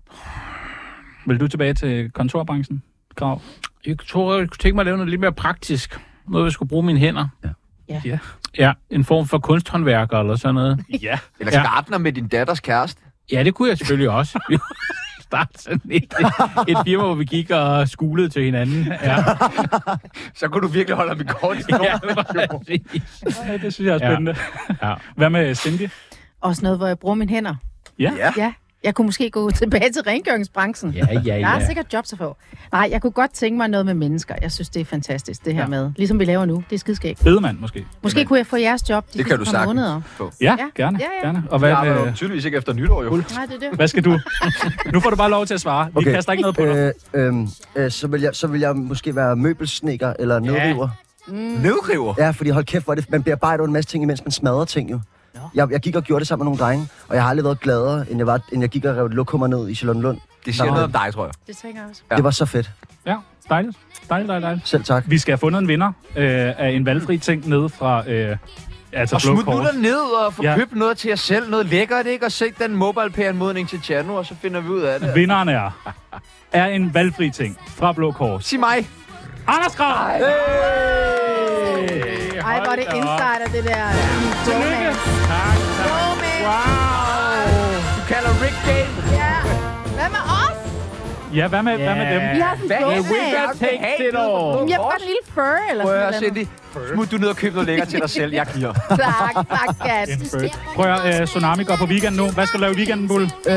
Speaker 2: Vil du tilbage til kontorbranchen? Grav?
Speaker 5: Jeg tror, jeg kunne tænke mig at lave noget lidt mere praktisk. Noget, hvor jeg skulle bruge mine hænder.
Speaker 3: Ja.
Speaker 2: Ja.
Speaker 5: Ja, en form for kunsthåndværker eller sådan noget.
Speaker 2: Ja.
Speaker 1: Eller
Speaker 5: Ja.
Speaker 1: gartner med din datters kæreste.
Speaker 5: Ja, det kunne jeg selvfølgelig også. Vi kunne starte sådan et, et firma, hvor vi gik og skulede til hinanden. Ja,
Speaker 1: Så kunne du virkelig holde ham i kort.
Speaker 5: ja, præcis.
Speaker 2: ja, det synes jeg er
Speaker 5: Ja.
Speaker 2: spændende.
Speaker 5: Ja.
Speaker 2: Hvad med Cindy?
Speaker 3: Også noget, hvor jeg bruger mine hænder.
Speaker 1: Ja.
Speaker 3: Ja. Jeg kunne måske gå tilbage til rengøringsbranchen.
Speaker 5: ja, ja,
Speaker 3: Der er
Speaker 5: ja.
Speaker 3: sikkert jobs at få. Nej, jeg kunne godt tænke mig noget med mennesker. Jeg synes, det er fantastisk, det her ja. med. Ligesom vi laver nu. Det er skideskægt.
Speaker 2: Bedemand måske?
Speaker 3: Måske kunne jeg få jeres job de
Speaker 1: Det kan
Speaker 3: næste
Speaker 1: du
Speaker 3: par
Speaker 1: sagtens
Speaker 3: måneder.
Speaker 1: få.
Speaker 2: Ja,
Speaker 3: Ja.
Speaker 2: gerne.
Speaker 3: Ja, ja.
Speaker 2: gerne. Og hvad,
Speaker 1: Jeg arbejder
Speaker 2: med,
Speaker 1: jo tydeligvis ikke efter nytår, jo.
Speaker 3: Nej, det er det.
Speaker 2: hvad skal du? nu får du bare lov til at svare. Vi kaster ikke noget på dig.
Speaker 4: Øh, øhm, øh, så, vil jeg, så vil jeg måske være møbelsnekker eller nedriver.
Speaker 1: Nedriver.
Speaker 4: Ja, fordi hold kæft, hvor er det, man bearbejder jo en masse ting, imens man smadrer ting jo. Jeg, jeg gik og gjorde det sammen med nogle drenge, og jeg har aldrig været gladere, end jeg, var, end jeg gik og rev et lokummer ned i Charlotte Lund.
Speaker 1: Det siger
Speaker 4: Nå.
Speaker 1: noget om dig, tror jeg.
Speaker 3: Det tænker jeg også.
Speaker 1: Ja.
Speaker 4: Ja. Det var så fedt.
Speaker 2: Ja, dejligt. Dejligt, dejligt, dejligt.
Speaker 4: Selv tak.
Speaker 2: Vi skal have fundet en vinder øh, af en valgfri ting nede fra... Øh, altså
Speaker 1: Og
Speaker 2: Blå
Speaker 1: smut nu
Speaker 2: Kors.
Speaker 1: ned og få
Speaker 2: Ja.
Speaker 1: købt noget til jer selv. Noget lækkert, ikke? Og sæt den mobile anmodning til Tjerno, og så finder vi ud af det.
Speaker 2: Vinderen er, er en valgfri ting fra Blå Kors.
Speaker 1: Sig mig.
Speaker 2: Anders Grav!
Speaker 3: Ej, hvor er det insider, det der. Tillykke.
Speaker 1: Du kalder Rick Game.
Speaker 3: Ja. Hvad med os?
Speaker 2: Ja, hvad med, yeah. hvad med dem?
Speaker 3: Vi har sådan
Speaker 1: Hvad er
Speaker 3: en dogman.
Speaker 1: Rick Game? Det
Speaker 3: Jamen, Jeg har fået en lille fur eller
Speaker 1: Prøv at
Speaker 3: sådan
Speaker 1: høre,
Speaker 3: noget.
Speaker 1: Cindy. Smut du ned og køb noget lækkert til dig selv. Jeg giver.
Speaker 3: Tak, tak, skat.
Speaker 2: Prøv at høre, øh, Tsunami går på weekend nu. Hvad skal du lave i weekenden, Bull?
Speaker 4: Øh,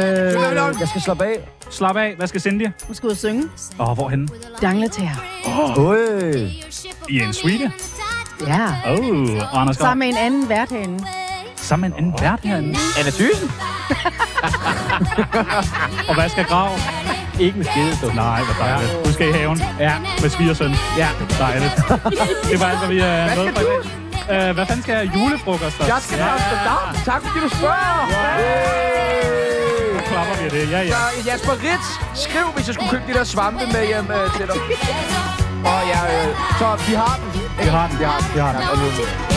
Speaker 4: jeg skal slappe af.
Speaker 2: Slap af. Hvad skal Cindy?
Speaker 3: Nu skal ud og synge.
Speaker 2: Åh, oh, hvorhenne?
Speaker 3: Dangletær.
Speaker 4: Øj.
Speaker 2: I en suite?
Speaker 3: Ja.
Speaker 2: Åh, oh, og Anders Grav.
Speaker 3: Sammen med en anden vært herinde.
Speaker 2: Sammen med en anden vært herinde.
Speaker 1: Anna Dysen?
Speaker 2: Og hvad skal Grav?
Speaker 5: Ikke en skide så.
Speaker 2: Nej, hvor dejligt. Du skal i haven.
Speaker 5: Ja.
Speaker 2: Med svigersøn.
Speaker 5: Ja.
Speaker 2: Dejligt. Det var alt, hvad vi er med for i dag. Øh, hvad fanden skal jeg? Julefrokost? altså?
Speaker 1: Jeg skal bare Amsterdam. Tak fordi du spørger.
Speaker 2: Så klapper vi af det. Ja, ja.
Speaker 1: Så Jasper Ritz, skriv, hvis jeg skulle købe de der svampe med hjem øh, til dig. Og ja, øh, så vi har den.
Speaker 2: Vi har den.
Speaker 1: Vi har den. Vi har den. Og nu-